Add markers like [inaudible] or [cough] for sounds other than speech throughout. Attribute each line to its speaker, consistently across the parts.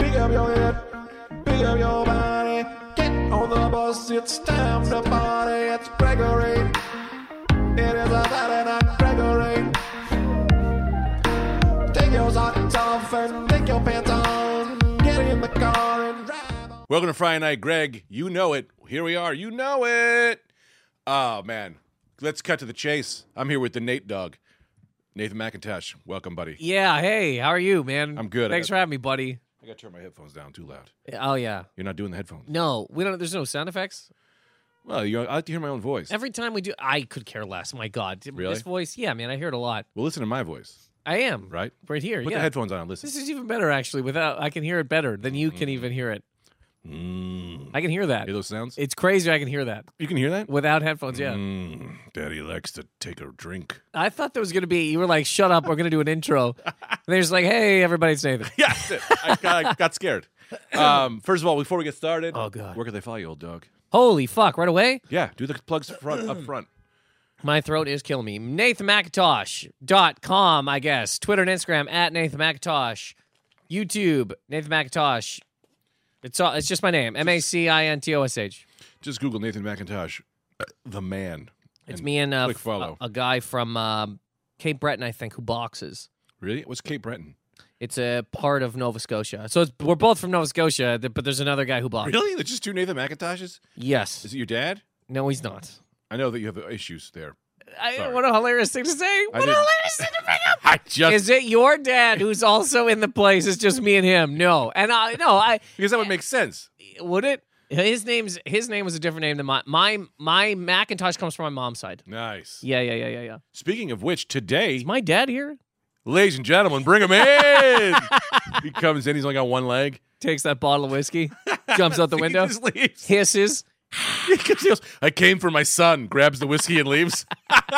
Speaker 1: up your head, big up your body. Get on the bus, it's time to party. It's Gregory. It is a Saturday night, Gregory. Take your socks off and take your pants on. Get in the car and drive. On.
Speaker 2: Welcome to Friday Night, Greg. You know it. Here we are. You know it. Oh man, let's cut to the chase. I'm here with the Nate Dog, Nathan McIntosh. Welcome, buddy.
Speaker 3: Yeah, hey, how are you, man?
Speaker 2: I'm good.
Speaker 3: Thanks for having me, buddy.
Speaker 2: I gotta turn my headphones down. Too loud.
Speaker 3: Oh yeah.
Speaker 2: You're not doing the headphones.
Speaker 3: No, we don't. There's no sound effects.
Speaker 2: Well, you I like to hear my own voice.
Speaker 3: Every time we do, I could care less. My God,
Speaker 2: Really?
Speaker 3: this voice. Yeah, man, I hear it a lot.
Speaker 2: Well, listen to my voice,
Speaker 3: I am
Speaker 2: right?
Speaker 3: right here.
Speaker 2: Put
Speaker 3: yeah,
Speaker 2: the headphones on and listen.
Speaker 3: this is even better actually. Without, I can hear it better than you can
Speaker 2: Mm-hmm.
Speaker 3: even hear it.
Speaker 2: Mm.
Speaker 3: I can hear that.
Speaker 2: Hear those sounds?
Speaker 3: It's crazy. I can hear that
Speaker 2: you can hear that?
Speaker 3: without headphones. Yeah,
Speaker 2: Mm, Daddy likes to take a
Speaker 3: [laughs]
Speaker 2: drink.
Speaker 3: I thought there was gonna be. You were like, "Shut up, we're gonna do an intro." and they're just like, "Hey, everybody, it's Nathan."
Speaker 2: Yeah, that's it. [laughs] I got, I got scared. Um, first of all, before we get started,
Speaker 3: Oh, God.
Speaker 2: where can they follow you, old dog?
Speaker 3: Holy fuck! Right away.
Speaker 2: Yeah, do the plugs front, up front.
Speaker 3: My throat is killing me. NathanMcIntosh.com, I guess. Twitter and Instagram at Nathan McIntosh. YouTube, Nathan McIntosh. It's all, it's just my name. M A C I N T O S H.
Speaker 2: Just Google Nathan McIntosh, uh, the man.
Speaker 3: It's
Speaker 2: And
Speaker 3: me and uh,
Speaker 2: click
Speaker 3: f-
Speaker 2: follow.
Speaker 3: A, a guy from um, Cape Breton, I think, who boxes.
Speaker 2: Really? What's Cape Breton?
Speaker 3: It's a part of Nova Scotia. So it's, we're both from Nova Scotia, th- but there's another guy who boxes.
Speaker 2: Really? There's just two Nathan McIntoshes?
Speaker 3: Yes.
Speaker 2: Is it your dad?
Speaker 3: No, he's not.
Speaker 2: I know that you have issues there.
Speaker 3: I,
Speaker 2: Sorry.
Speaker 3: what a hilarious thing to say. What a
Speaker 2: didn't-
Speaker 3: hilarious thing to [laughs] bring up.
Speaker 2: [laughs] I just
Speaker 3: Is it your dad who's also in the place? It's just me and him. No, and I no, I
Speaker 2: because that would make sense.
Speaker 3: would it. His name's his name was a different name than my my my Macintosh comes from my mom's side.
Speaker 2: Nice.
Speaker 3: Yeah, yeah, yeah, yeah, yeah.
Speaker 2: Speaking of which, today,
Speaker 3: Is my dad here?
Speaker 2: ladies and gentlemen, bring him [laughs] in. he comes in. He's only got one leg.
Speaker 3: Takes that bottle
Speaker 2: [laughs]
Speaker 3: of whiskey, jumps out the
Speaker 2: He
Speaker 3: window,
Speaker 2: just leaves.
Speaker 3: hisses.
Speaker 2: [laughs] He goes, I came for my son. Grabs the whiskey and leaves.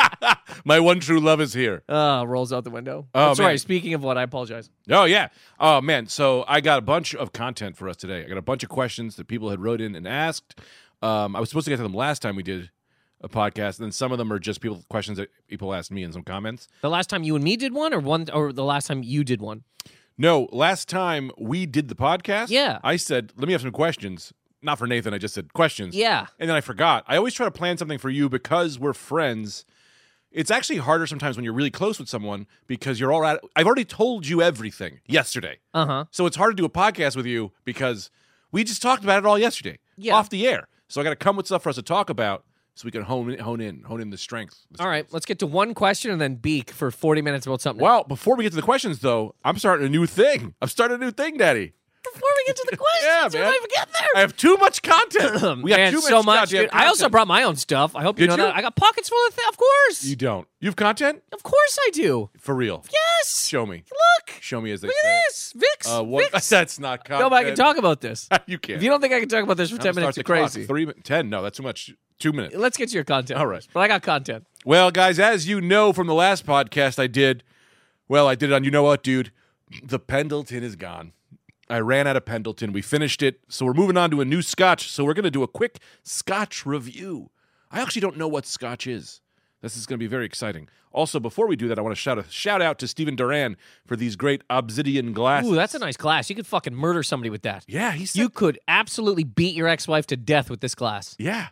Speaker 2: [laughs] my one true love is here.
Speaker 3: Uh, rolls out the window.
Speaker 2: Oh,
Speaker 3: sorry.
Speaker 2: man.
Speaker 3: Speaking of what, I apologize.
Speaker 2: Oh yeah. Oh man. So I got a bunch of content for us today. I got a bunch of questions that people had wrote in and asked. Um, I was supposed to get to them last time we did a podcast, and then some of them are just people questions that people asked me in some comments.
Speaker 3: The last time you and me did one, or one, or the last time you did one.
Speaker 2: No, last time we did the podcast.
Speaker 3: Yeah.
Speaker 2: I said, let me have some questions. Not for Nathan. I just said questions.
Speaker 3: Yeah.
Speaker 2: And then I forgot. I always try to plan something for you because we're friends. It's actually harder sometimes when you're really close with someone because you're all at. I've already told you everything yesterday.
Speaker 3: Uh huh.
Speaker 2: So it's hard to do a podcast with you because we just talked about it all yesterday
Speaker 3: Yeah.
Speaker 2: off the air. So I got to come with stuff for us to talk about so we can hone in, hone in, hone in the strength.
Speaker 3: All right. Let's get to one question and then beak for forty minutes about something.
Speaker 2: Well, before we get to the questions, though, I'm starting a new thing. I'm starting a new thing, Daddy.
Speaker 3: before we get to
Speaker 2: [laughs]
Speaker 3: the questions,
Speaker 2: Yeah,
Speaker 3: we
Speaker 2: man.
Speaker 3: don't even get there.
Speaker 2: I have too much
Speaker 3: [clears throat]
Speaker 2: content. we have
Speaker 3: Man,
Speaker 2: too
Speaker 3: so much.
Speaker 2: goddamn
Speaker 3: dude. I also
Speaker 2: content.
Speaker 3: brought my own stuff. I hope you
Speaker 2: Did
Speaker 3: know
Speaker 2: you?
Speaker 3: that. I got pockets full of things. Of course,
Speaker 2: You don't. You have content
Speaker 3: of course, I do.
Speaker 2: for real.
Speaker 3: Yes.
Speaker 2: Show me.
Speaker 3: Look,
Speaker 2: Show me as they
Speaker 3: look
Speaker 2: say.
Speaker 3: at this, Vix.
Speaker 2: Uh, [laughs] what?
Speaker 3: Vix.
Speaker 2: That's not content.
Speaker 3: Nobody can talk about
Speaker 2: [laughs]
Speaker 3: this.
Speaker 2: you uh, can't.
Speaker 3: If you don't think I can talk about this for
Speaker 2: I'm
Speaker 3: ten
Speaker 2: gonna
Speaker 3: minutes,
Speaker 2: start
Speaker 3: you're
Speaker 2: the clock.
Speaker 3: crazy.
Speaker 2: Three, min- ten. No, that's too much. Two minutes.
Speaker 3: Let's get to your content.
Speaker 2: All right.
Speaker 3: but I got content.
Speaker 2: Well, guys, as you know from the last podcast I did, well, I did it on you know what, dude. The Pendleton is gone. I ran out of Pendleton. We finished it. So we're moving on to a new scotch. So we're going to do a quick scotch review. I actually don't know what scotch is. This is going to be very exciting. Also, before we do that, I want to shout a shout out to Stephen Duran for these great obsidian glasses.
Speaker 3: Ooh, that's a nice glass. You could fucking murder somebody with that.
Speaker 2: yeah, he said.
Speaker 3: You could absolutely beat your ex-wife to death with this glass.
Speaker 2: yeah.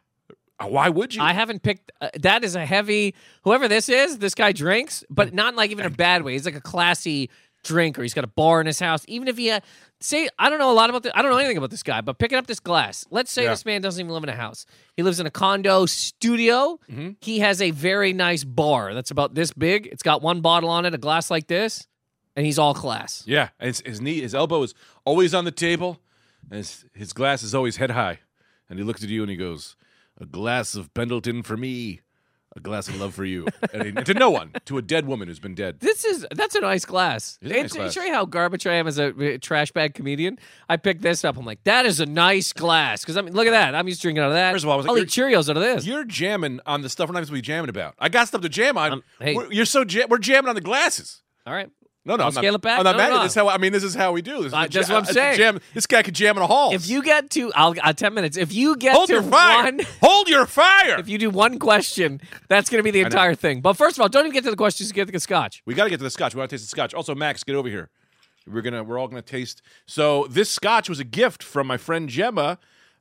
Speaker 2: Uh, Why would you?
Speaker 3: I haven't picked. Uh, that is a heavy. Whoever this is, this guy drinks, but not like even a bad way. He's like a classy drinker. He's got a bar in his house. Even if he had, say, I don't know a lot about this. I don't know anything about this guy, but picking up this glass. Let's say
Speaker 2: Yeah.
Speaker 3: this man doesn't even live in a house. He lives in a condo studio.
Speaker 2: Mm-hmm.
Speaker 3: He has a very nice bar that's about this big. It's got one bottle on it, a glass like this, and he's all class.
Speaker 2: yeah, and his, his knee, his elbow is always on the table, and his, his glass is always head high. And he looks at you and he goes, "A glass of Pendleton for me, a glass of love for you." [laughs] and he, to no one, to a dead woman who's been dead.
Speaker 3: This is that's a nice glass.
Speaker 2: It is a nice
Speaker 3: It's-
Speaker 2: glass.
Speaker 3: Show you how garbage I am as a uh, trash bag comedian. I picked this up. I'm like, that is a nice glass because I mean, look at that. I'm used to drinking out of that.
Speaker 2: First of all, I was like,
Speaker 3: will eat Cheerios out of this.
Speaker 2: You're jamming on the stuff we're not supposed to be jamming about. I got stuff to jam on.
Speaker 3: Um, hey.
Speaker 2: We're- you're so jam- we're jamming on the glasses.
Speaker 3: All right,
Speaker 2: No, no,
Speaker 3: I'll
Speaker 2: I'm not,
Speaker 3: scale it back?
Speaker 2: I'm not
Speaker 3: No,
Speaker 2: mad
Speaker 3: no.
Speaker 2: at this. How I mean, this is how we do. This is
Speaker 3: Uh,
Speaker 2: a
Speaker 3: that's
Speaker 2: ja-
Speaker 3: what I'm
Speaker 2: it's a
Speaker 3: saying.
Speaker 2: Jam, this guy could jam in a hall.
Speaker 3: if you get to, I'll uh, ten minutes. If you get
Speaker 2: hold
Speaker 3: to
Speaker 2: your fire,
Speaker 3: one, [laughs]
Speaker 2: hold your fire.
Speaker 3: if you do one question, that's going to be the entire thing. But first of all, don't even get to the questions. Get to the scotch.
Speaker 2: We got to get to the scotch. We want to taste the scotch. Also, Max, get over here. We're gonna we're all gonna taste. So this scotch was a gift from my friend Gemma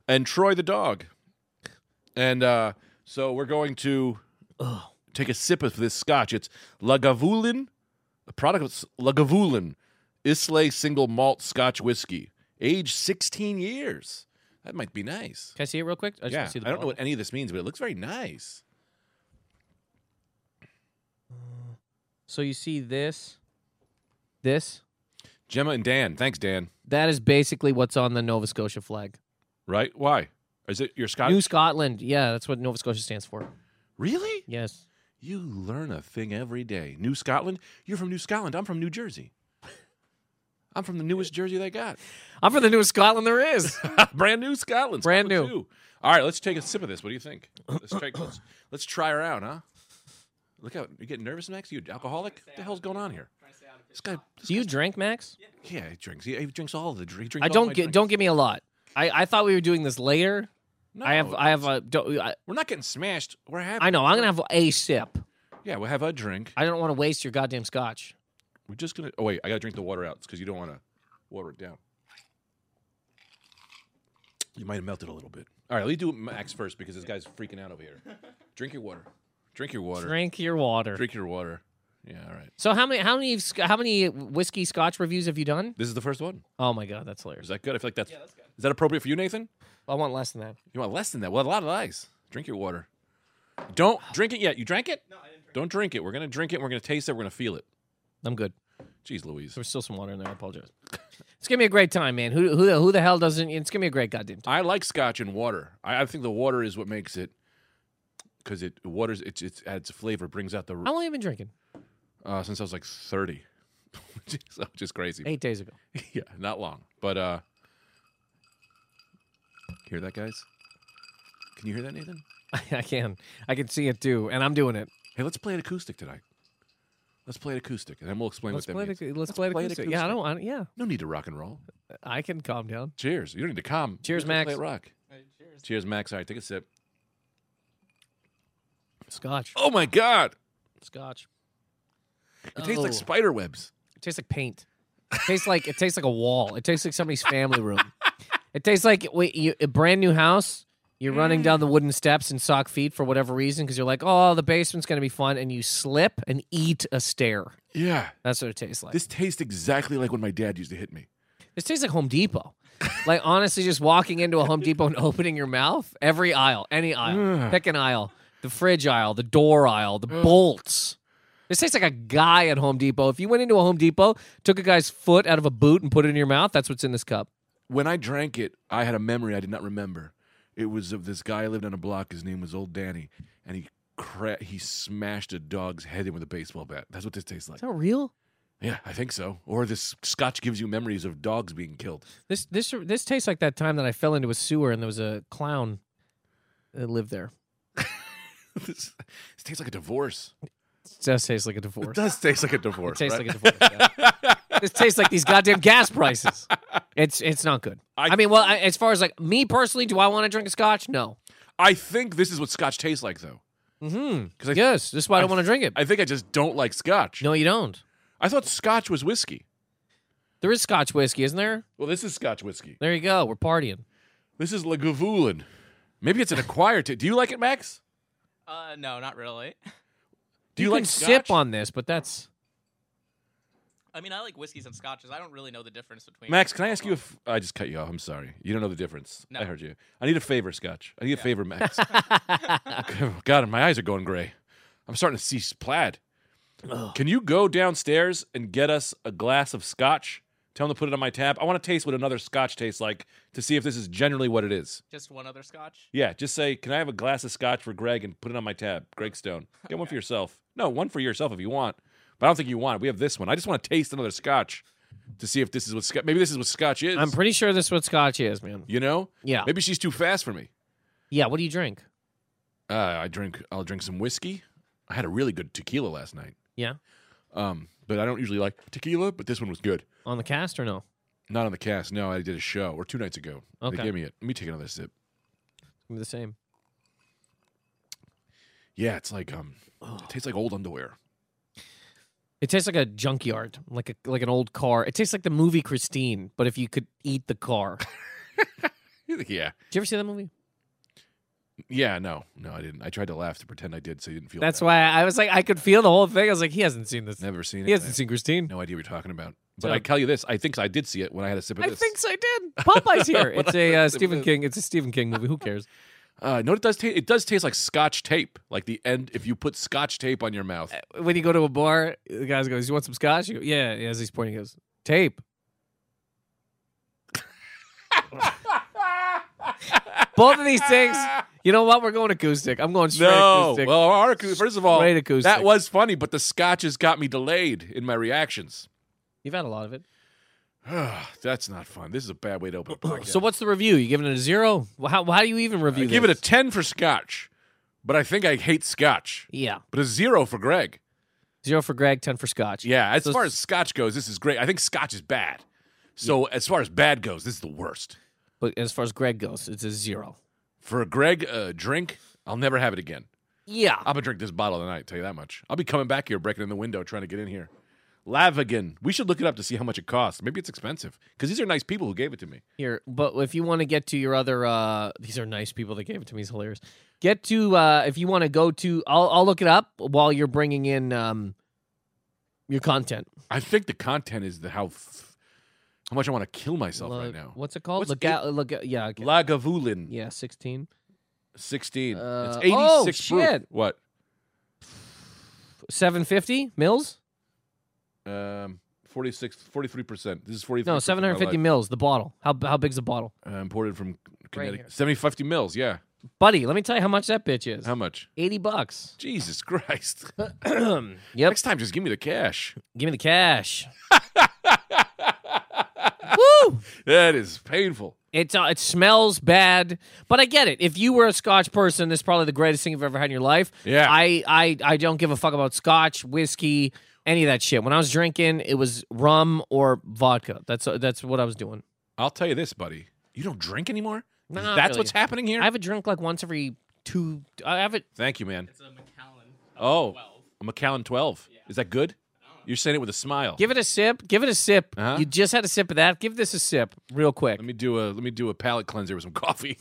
Speaker 2: and Troy the dog, and uh, so we're going to take a sip of this scotch. It's Lagavulin, a product of S- Lagavulin Islay single malt Scotch whiskey, aged 16 years. That might be nice.
Speaker 3: Can I see it real quick? I just
Speaker 2: yeah,
Speaker 3: wanna see the
Speaker 2: I don't know
Speaker 3: bottle.
Speaker 2: what any of this means, but it looks very nice.
Speaker 3: So you see this, this.
Speaker 2: Gemma and Dan, thanks Dan.
Speaker 3: That is basically what's on the Nova Scotia flag.
Speaker 2: Right? Why? Is it your Scotch?
Speaker 3: New Scotland. Yeah, that's what Nova Scotia stands for.
Speaker 2: really?
Speaker 3: Yes.
Speaker 2: You learn a thing every day. New Scotland? You're from New Scotland. I'm from New Jersey. I'm from the newest Jersey they got.
Speaker 3: I'm for the newest Scotland there is.
Speaker 2: [laughs] Brand new Scotland.
Speaker 3: Brand
Speaker 2: Scotland
Speaker 3: new.
Speaker 2: too. All right, let's take a sip of this. What do you think? Let's try, let's, let's try her out, huh? Look out. You getting nervous next? You alcoholic? What the hell's going on here? This guy,
Speaker 3: [laughs] Do you drink, Max?
Speaker 2: yeah, he drinks. He, he drinks all the drinks.
Speaker 3: I don't get. Don't give me a lot. I, I thought we were doing this later.
Speaker 2: No,
Speaker 3: I have. I have a. Don't, I,
Speaker 2: We're not getting smashed. We're happy.
Speaker 3: I know. I'm gonna have a sip.
Speaker 2: Yeah, we'll have a drink.
Speaker 3: I don't want to waste your goddamn scotch.
Speaker 2: We're just gonna. Oh wait, I gotta drink the water out because you don't want to water it down. You might have melted a little bit. All right, let me do Max first because this guy's freaking out over [laughs] here. Drink your water. Drink your water. Drink,
Speaker 3: Drink your water.
Speaker 2: your water. Yeah, all right.
Speaker 3: So how many? How many? sc- How many whiskey scotch reviews have you done?
Speaker 2: This is the first one.
Speaker 3: Oh my god,
Speaker 2: Is
Speaker 3: that's hilarious.
Speaker 2: that good? I feel like that's. Is that appropriate for you, Nathan?
Speaker 3: I want less than that.
Speaker 2: You want less than that? Well, a lot of ice. Drink your water. Don't drink it yet. You drank it? No, I didn't. Drink don't drink it. We're gonna drink it. We're gonna taste it. We're gonna feel it.
Speaker 3: I'm good.
Speaker 2: Jeez, Louise.
Speaker 3: There's still some water in there. I apologize. [laughs] It's gonna be a great time, man. Who who the, who the hell doesn't? It's gonna be a great goddamn time.
Speaker 2: I like scotch and water. I, I think the water is what makes it because it waters it, it adds flavor, brings out the
Speaker 3: How long have you been drinking?
Speaker 2: uh, since I was like thirty, [laughs] which is- which is crazy.
Speaker 3: Eight days ago. [laughs]
Speaker 2: [laughs] Yeah, not long, but uh, hear that, guys? Can you hear that, Nathan?
Speaker 3: I can. I can see it too, and I'm doing it.
Speaker 2: Hey, let's play an acoustic tonight. Let's play an acoustic, and then we'll explain
Speaker 3: Let's
Speaker 2: what that
Speaker 3: play,
Speaker 2: means.
Speaker 3: the, let's play, the
Speaker 2: play it
Speaker 3: acoustic. Yeah, I
Speaker 2: acoustic.
Speaker 3: don't. I, don't- yeah,
Speaker 2: no need to rock and roll.
Speaker 3: I can calm down.
Speaker 2: Cheers. You don't need to calm.
Speaker 3: Cheers,
Speaker 2: Let's just
Speaker 3: Max.
Speaker 2: Play it rock. cheers. Cheers, Max. All right, take a sip.
Speaker 3: Scotch.
Speaker 2: Oh my God!
Speaker 3: Scotch.
Speaker 2: It tastes like
Speaker 3: Oh.
Speaker 2: spider webs.
Speaker 3: It tastes like paint. It tastes like it tastes like a wall. It tastes like somebody's family room. It tastes like wait, you, a brand new house. You're running down the wooden steps in sock feet for whatever reason because you're like, oh, the basement's gonna be fun, and you slip and eat a stair.
Speaker 2: Yeah.
Speaker 3: That's what it tastes like. This,
Speaker 2: This tastes exactly like when my dad used to hit me.
Speaker 3: tastes like Home Depot. like honestly, just walking into a Home Depot and opening your mouth, every aisle, any aisle,
Speaker 2: Ugh.
Speaker 3: pick an aisle, the fridge aisle, the door aisle, the bolts. This tastes like a guy at Home Depot. If you went into a Home Depot, took a guy's foot out of a boot and put it in your mouth, that's what's in this cup.
Speaker 2: When I drank it, I had a memory I did not remember. It was of this guy who lived on a block. His name was Old Danny, and he cra- he smashed a dog's head in with a baseball bat. That's what this tastes like.
Speaker 3: Is that real?
Speaker 2: Yeah, I think so. Or this scotch gives you memories of dogs being killed. [laughs]
Speaker 3: This this this tastes like that time that I fell into a sewer and there was a clown that lived there.
Speaker 2: this, this tastes like a divorce.
Speaker 3: It does taste like a
Speaker 2: It
Speaker 3: divorce.
Speaker 2: does taste like a
Speaker 3: [laughs] It
Speaker 2: divorce.
Speaker 3: tastes
Speaker 2: right?
Speaker 3: like a divorce.
Speaker 2: [laughs]
Speaker 3: yeah. this tastes like these goddamn gas prices. It's it's not good. I,
Speaker 2: I-
Speaker 3: mean, well, I, as far as like me personally, do I want to drink a scotch? No.
Speaker 2: I think this is what scotch tastes like, though.
Speaker 3: Mm-hmm.
Speaker 2: 'Cause I-
Speaker 3: yes, this is why I don't
Speaker 2: I-
Speaker 3: want to drink it.
Speaker 2: I think I just don't like scotch.
Speaker 3: no, you don't.
Speaker 2: I thought scotch was whiskey.
Speaker 3: There is scotch whiskey, isn't there?
Speaker 2: Well, this is scotch whiskey.
Speaker 3: There you go. We're partying.
Speaker 2: This is Lagavulin. Maybe it's an acquired. ta- Do you like it, Max?
Speaker 4: Uh, no, not really. [laughs]
Speaker 2: Do you,
Speaker 3: can
Speaker 2: like
Speaker 3: sip
Speaker 2: scotch?
Speaker 3: on this, but that's
Speaker 4: I mean, I like whiskeys and scotches. I don't really know the difference between.
Speaker 2: Max, can I ask you if I just cut you off? I'm sorry. You don't know the difference.
Speaker 4: No.
Speaker 2: I heard you. I need a favor, Scotch. I need a favor, Max. [laughs] God, my eyes are going gray. I'm starting to see plaid. Can you go downstairs and get us a glass of Scotch? Tell them to put it on my tab. I want to taste what another Scotch tastes like to see if this is generally what it is.
Speaker 4: just one other scotch?
Speaker 2: Yeah, just say, "Can I have a glass of Scotch for Greg?" and put it on my tab. Greg Stone, get one for yourself. No, one for yourself if you want. But I don't think you want. it. We have this one. I just want to taste another Scotch to see if this is what Scotch. Maybe this is what Scotch is.
Speaker 3: I'm pretty sure this is what scotch is, man.
Speaker 2: You know?
Speaker 3: Yeah.
Speaker 2: Maybe she's too fast for me.
Speaker 3: Yeah. What do you drink?
Speaker 2: Uh, I drink. I'll drink some whiskey. I had a really good tequila last night.
Speaker 3: Yeah.
Speaker 2: Um, but I don't usually like tequila, but this one was good.
Speaker 3: On the cast or no?
Speaker 2: Not on the cast. No, I did a show or two nights ago.
Speaker 3: Okay.
Speaker 2: They gave me it. Let me take another sip.
Speaker 3: Give me the same.
Speaker 2: Yeah, it's like um, it tastes like old underwear.
Speaker 3: It tastes like a junkyard, like a like an old car. It tastes like the movie Christine, but if you could eat
Speaker 2: [laughs]
Speaker 3: the car.
Speaker 2: [laughs]
Speaker 3: Did
Speaker 2: Yeah.
Speaker 3: you ever see that movie?
Speaker 2: Yeah, no. No, I didn't. I tried to laugh to pretend I did so you didn't feel
Speaker 3: That's
Speaker 2: bad.
Speaker 3: why I was like, I could feel the whole thing. I was like, he hasn't seen this.
Speaker 2: Never seen it.
Speaker 3: He
Speaker 2: I
Speaker 3: hasn't
Speaker 2: have
Speaker 3: seen Christine.
Speaker 2: No idea what you're talking about. But
Speaker 3: So-
Speaker 2: I tell you this, I think I did see it when I had a sip of
Speaker 3: I
Speaker 2: this.
Speaker 3: think so, I
Speaker 2: [laughs]
Speaker 3: did. Popeye's here.
Speaker 2: When
Speaker 3: It's
Speaker 2: I
Speaker 3: a uh,
Speaker 2: heard the
Speaker 3: Stephen
Speaker 2: movie.
Speaker 3: King. It's a Stephen King
Speaker 2: [laughs]
Speaker 3: movie. Who cares?
Speaker 2: Uh, no, it does taste. It does taste like Scotch tape, like the end. If you put Scotch tape on your mouth,
Speaker 3: When you go to a bar, the guy goes, "You want some scotch?" You go, "Yeah." yeah, As he's pointing, he goes, "Tape." Both of these things. You know what? We're going acoustic. I'm going straight
Speaker 2: no.
Speaker 3: acoustic.
Speaker 2: Well, our acou- first of all,
Speaker 3: Straight acoustic.
Speaker 2: that was funny, but the Scotch has got me delayed in my reactions. Ah,
Speaker 3: You've had a lot of it.
Speaker 2: That's not fun. This is a bad way to open a podcast.
Speaker 3: [clears throat] So what's the review? You giving it a zero? Well, How, how do you even
Speaker 2: I
Speaker 3: review?
Speaker 2: Uh, give it a
Speaker 3: this?
Speaker 2: ten for Scotch, but I think I hate Scotch.
Speaker 3: yeah
Speaker 2: But a zero for Greg.
Speaker 3: zero for Greg, ten for Scotch.
Speaker 2: Yeah, as
Speaker 3: So
Speaker 2: far as Scotch goes, this is great. I think Scotch is bad. So as far as bad goes, this is the worst.
Speaker 3: But as far as Greg goes, it's a zero.
Speaker 2: For a Greg uh, drink, I'll never have it again.
Speaker 3: Yeah.
Speaker 2: I'm gonna drink this bottle tonight. Tell you that much. I'll be coming back here, breaking in the window, trying to get in here. Lavigan. We should look it up to see how much it costs. Maybe it's expensive because these are nice people who gave it to me.
Speaker 3: Here, but if you want to get to your other, uh, these are nice people that gave it to me. It's hilarious. Get to uh, if you want to go to, I'll I'll look it up while you're bringing in um, your content.
Speaker 2: I think the content is the how f- how much I want to kill myself
Speaker 3: La-
Speaker 2: right now.
Speaker 3: What's it called?
Speaker 2: What's
Speaker 3: Look
Speaker 2: it-
Speaker 3: out! Look out! Yeah, okay.
Speaker 2: Lagavulin
Speaker 3: yeah, sixteen.
Speaker 2: 16.
Speaker 3: Uh,
Speaker 2: it's 86
Speaker 3: oh,
Speaker 2: proof.
Speaker 3: shit.
Speaker 2: What?
Speaker 3: Seven fifty mils?
Speaker 2: Um 46 43%. This is 43.
Speaker 3: No, seven hundred fifty mils. The bottle. How how big's the bottle,
Speaker 2: uh, imported from Connecticut.
Speaker 3: here.
Speaker 2: 750 mils, yeah.
Speaker 3: buddy? Let me tell you how much that bitch is.
Speaker 2: How much?
Speaker 3: Eighty bucks. [clears throat]
Speaker 2: Jesus [laughs]
Speaker 3: [laughs]
Speaker 2: Christ.
Speaker 3: Yep.
Speaker 2: Next time just give me the cash.
Speaker 3: Give me
Speaker 2: [laughs]
Speaker 3: the cash. Woo!
Speaker 2: That is painful.
Speaker 3: It's uh, it smells bad, but I get it. If you were a Scotch person, this is probably the greatest thing you've ever had in your life.
Speaker 2: Yeah.
Speaker 3: I I I don't give a fuck about Scotch, whiskey, any of that shit. When I was drinking, it was rum or vodka. That's uh, that's what I was doing.
Speaker 2: I'll tell you this, buddy. You don't drink anymore?
Speaker 3: Not
Speaker 2: That's
Speaker 3: really.
Speaker 2: what's happening here?
Speaker 3: I have a drink like once every two. I have it.
Speaker 2: Thank you, man.
Speaker 4: It's a McAllen.
Speaker 2: Oh,
Speaker 4: 12.
Speaker 2: a McAllen 12. Is that good? You're saying it with a smile.
Speaker 3: Give it a sip. Give it a sip.
Speaker 2: Uh-huh.
Speaker 3: You just had a sip of that. Give this a sip, real quick.
Speaker 2: let me do a let me do a palate cleanser with some coffee.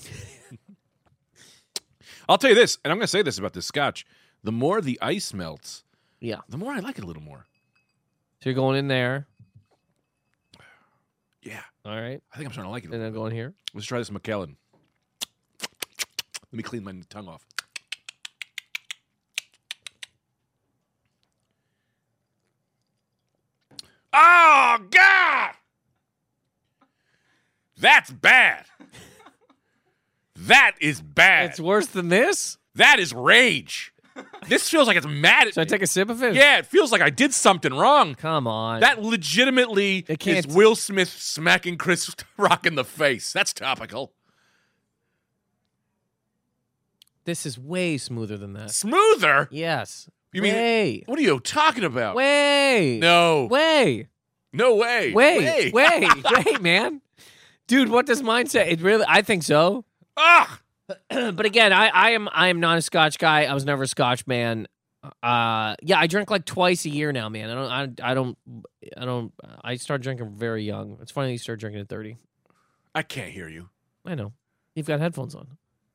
Speaker 2: [laughs] I'll tell you this, and I'm going to say this about this scotch. The more the ice melts,
Speaker 3: Yeah.
Speaker 2: the more I like it a little more.
Speaker 3: So you're going in there.
Speaker 2: Yeah,
Speaker 3: All right,
Speaker 2: I think I'm starting to like it. a
Speaker 3: and
Speaker 2: little.
Speaker 3: then going here.
Speaker 2: Let's try this McAllen. Let me clean my tongue off. Oh God! That's bad. that is bad.
Speaker 3: It's worse than this.
Speaker 2: That is rage. This feels like it's mad at
Speaker 3: Should I
Speaker 2: me.
Speaker 3: take a sip of it?
Speaker 2: yeah, it feels like I did something wrong.
Speaker 3: Come on.
Speaker 2: That legitimately
Speaker 3: It
Speaker 2: is
Speaker 3: can't-
Speaker 2: Will Smith smacking Chris [laughs] Rock in the face. That's topical.
Speaker 3: This is way smoother than that.
Speaker 2: Smoother?
Speaker 3: Yes.
Speaker 2: You mean-
Speaker 3: way?
Speaker 2: What are you talking about?
Speaker 3: Way?
Speaker 2: No.
Speaker 3: Way?
Speaker 2: No way.
Speaker 3: Way? Way? Way, [laughs] man? Dude, what does mine say? It really? I think so. [clears throat]
Speaker 2: Ah!
Speaker 3: but again, I, I am I am not a Scotch guy. I was never a Scotch man. Uh, yeah, I drink like twice a year now, man. I don't. I, I don't. I don't. I start drinking very young. It's funny you start drinking at thirty.
Speaker 2: I can't hear you.
Speaker 3: I know. You've got headphones on.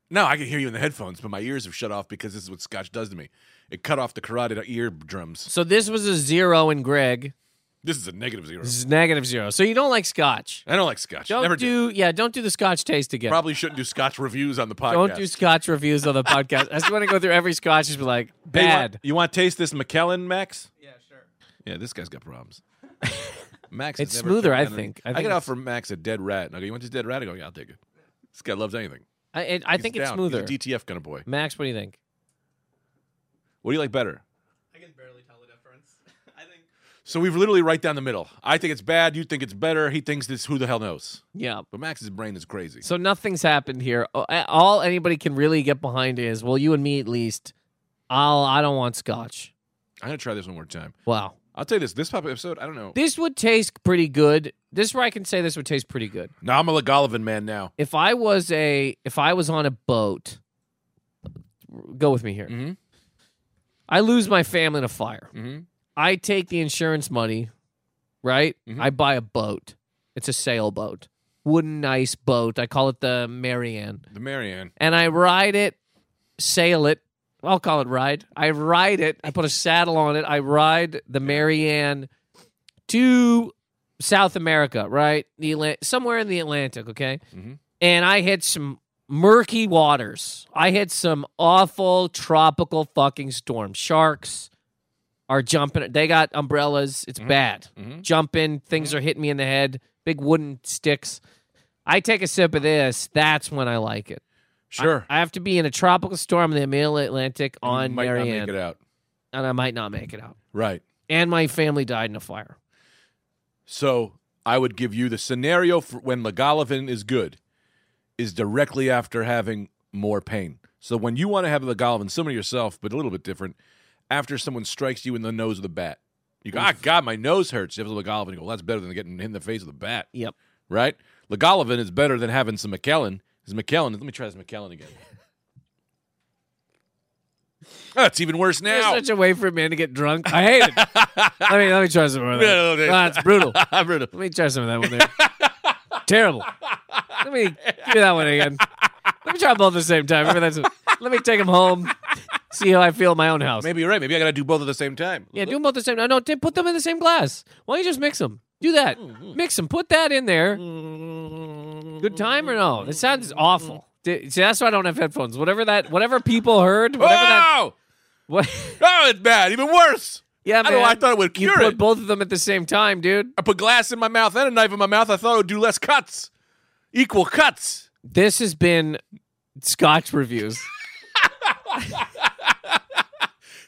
Speaker 2: No, I can hear you in the headphones, but my ears have shut off because this is what Scotch does to me. It cut off the carotid eardrums.
Speaker 3: So this was a zero in Greg.
Speaker 2: This is a negative zero.
Speaker 3: This is negative zero. So you don't like Scotch.
Speaker 2: I don't like Scotch.
Speaker 3: Don't
Speaker 2: Never did.
Speaker 3: do. Yeah, don't do the Scotch taste again.
Speaker 2: Probably shouldn't do Scotch reviews on the podcast.
Speaker 3: Don't do scotch reviews on the podcast. I just want to go through every scotch and be like,
Speaker 2: Hey, you want-
Speaker 3: bad.
Speaker 2: you want to taste this McKellen, Max?
Speaker 4: Yeah, sure.
Speaker 2: Yeah, this guy's got
Speaker 3: [laughs]
Speaker 2: problems. Max,
Speaker 3: It's
Speaker 2: has never
Speaker 3: smoother, I
Speaker 2: done anything.
Speaker 3: think. I
Speaker 2: I,
Speaker 3: think
Speaker 2: could
Speaker 3: it's-
Speaker 2: offer Max a dead rat, and I go, "You want this dead rat?" I go, "Yeah, I'll take it." This guy loves anything.
Speaker 3: I, it, I think it's smoother.
Speaker 2: He's a DTF kind of boy.
Speaker 3: Max, what do you think?
Speaker 2: What do you like better?
Speaker 4: I can barely tell the difference. [laughs] I think
Speaker 2: So we've literally right down the middle. I think it's bad. You think it's better. He thinks this. Who the hell knows?
Speaker 3: Yeah.
Speaker 2: But Max's brain is crazy.
Speaker 3: So nothing's happened here. O- a- All anybody can really get behind is, well, you and me at least. I'll. I don't want scotch.
Speaker 2: I'm gonna try this one more time.
Speaker 3: Wow.
Speaker 2: I'll tell you this. This pop episode, I don't know.
Speaker 3: This would taste pretty good. This is where I can say this would taste pretty good.
Speaker 2: No, I'm a Lagolivan man now.
Speaker 3: If I was a, if I was on a boat, go with me here.
Speaker 2: Mhm.
Speaker 3: I lose my family in a fire.
Speaker 2: Mhm.
Speaker 3: I take the insurance money, right?
Speaker 2: Mhm.
Speaker 3: I buy a boat. It's a sailboat, wooden nice boat. I call it the Marianne,
Speaker 2: The Marianne.
Speaker 3: and I ride it, sail it. I'll call it ride. I ride it. I put a saddle on it. I ride the Marianne to South America, right? The Atlan- somewhere in the Atlantic, okay?
Speaker 2: Mhm.
Speaker 3: And I hit some murky waters. I hit some awful tropical fucking storms. Sharks are jumping. They got umbrellas. It's bad.
Speaker 2: Mhm.
Speaker 3: Jumping. Things are hitting me in the head. Big wooden sticks. I take a sip of this. That's when I like it. I-
Speaker 2: Sure.
Speaker 3: I, have to be in a tropical storm in the middle Atlantic on
Speaker 2: might
Speaker 3: Marianne,
Speaker 2: not make it out.
Speaker 3: and I might not make it out.
Speaker 2: Right.
Speaker 3: And my family died in a fire.
Speaker 2: So I would give you the scenario for when Legolovin is good is directly after having more pain. So when you want to have Legolovin, similar to yourself, but a little bit different, after someone strikes you in the nose with a bat, you go, ah, God, my nose hurts. You have Legolovin, you go, well, that's better than getting hit in the face with a bat.
Speaker 3: Yep.
Speaker 2: Right? Legolovin is better than having some McKellen. Is McKellen, let me try this McKellen again. That's even worse
Speaker 3: There's
Speaker 2: now.
Speaker 3: such a way for a man to get drunk. I hate it. [laughs] let me let me try some more of
Speaker 2: No, no,
Speaker 3: that.
Speaker 2: no.
Speaker 3: Ah, it's brutal. Let
Speaker 2: Brutal.
Speaker 3: me try some of that one there. Terrible. Let me give me that one again. Let me try both at the same time. Remember that's let me take them home. See how I feel in my own
Speaker 2: [laughs]
Speaker 3: house.
Speaker 2: Maybe you're right. Maybe I got to do both at the same time.
Speaker 3: Yeah, do them both the same. No, no, t- put them in the same glass. Why don't you just mix them? Do that.
Speaker 2: Mm-hmm.
Speaker 3: Mix them. Put that in there. Good time or no? It sounds awful. D- See, that's why I don't have headphones. Whatever that, whatever people heard,
Speaker 2: Oh,
Speaker 3: whatever that, what, [laughs]
Speaker 2: oh, it's bad. Even worse.
Speaker 3: yeah,
Speaker 2: I
Speaker 3: man.
Speaker 2: don't know, I thought it would
Speaker 3: you
Speaker 2: cure
Speaker 3: put
Speaker 2: it.
Speaker 3: both of them at the same time, dude.
Speaker 2: I put glass in my mouth and a knife in my mouth. I thought it would do less cuts, equal cuts.
Speaker 3: This has been Scotch reviews. [laughs]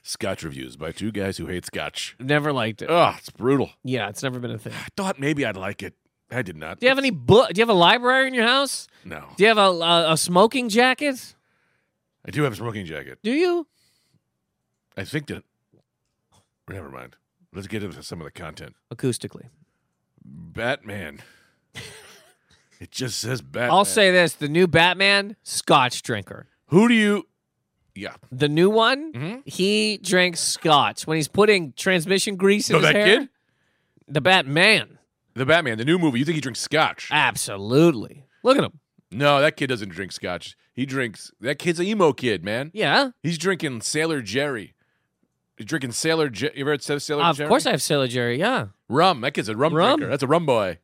Speaker 2: Scotch reviews by two guys who hate Scotch.
Speaker 3: Never liked it.
Speaker 2: Oh, it's brutal.
Speaker 3: Yeah, it's never been a thing.
Speaker 2: I thought maybe I'd like it. I did not.
Speaker 3: Do you have any book? Do you have a library in your house?
Speaker 2: No.
Speaker 3: Do you have a a, a smoking jacket?
Speaker 2: I do have a smoking jacket.
Speaker 3: Do you?
Speaker 2: I think that. Never mind. Let's get into some of the content.
Speaker 3: Acoustically. [laughs]
Speaker 2: Batman. it just says Batman.
Speaker 3: I'll say this: the new Batman, Scotch drinker.
Speaker 2: Who do you? Yeah.
Speaker 3: The new one,
Speaker 2: Mhm.
Speaker 3: he drinks Scotch when he's putting transmission grease in
Speaker 2: No,
Speaker 3: his
Speaker 2: that
Speaker 3: hair.
Speaker 2: kid?
Speaker 3: The Batman,
Speaker 2: The Batman, the new movie. You think he drinks Scotch?
Speaker 3: absolutely. Look at him.
Speaker 2: No, that kid doesn't drink scotch. He drinks. That kid's an emo kid, man.
Speaker 3: Yeah,
Speaker 2: He's drinking Sailor Jerry. He's drinking Sailor. Je- you ever had Sailor
Speaker 3: of
Speaker 2: Jerry?
Speaker 3: course I have Sailor Jerry. Yeah,
Speaker 2: rum. That kid's a rum,
Speaker 3: Rum.
Speaker 2: drinker. That's a rum boy.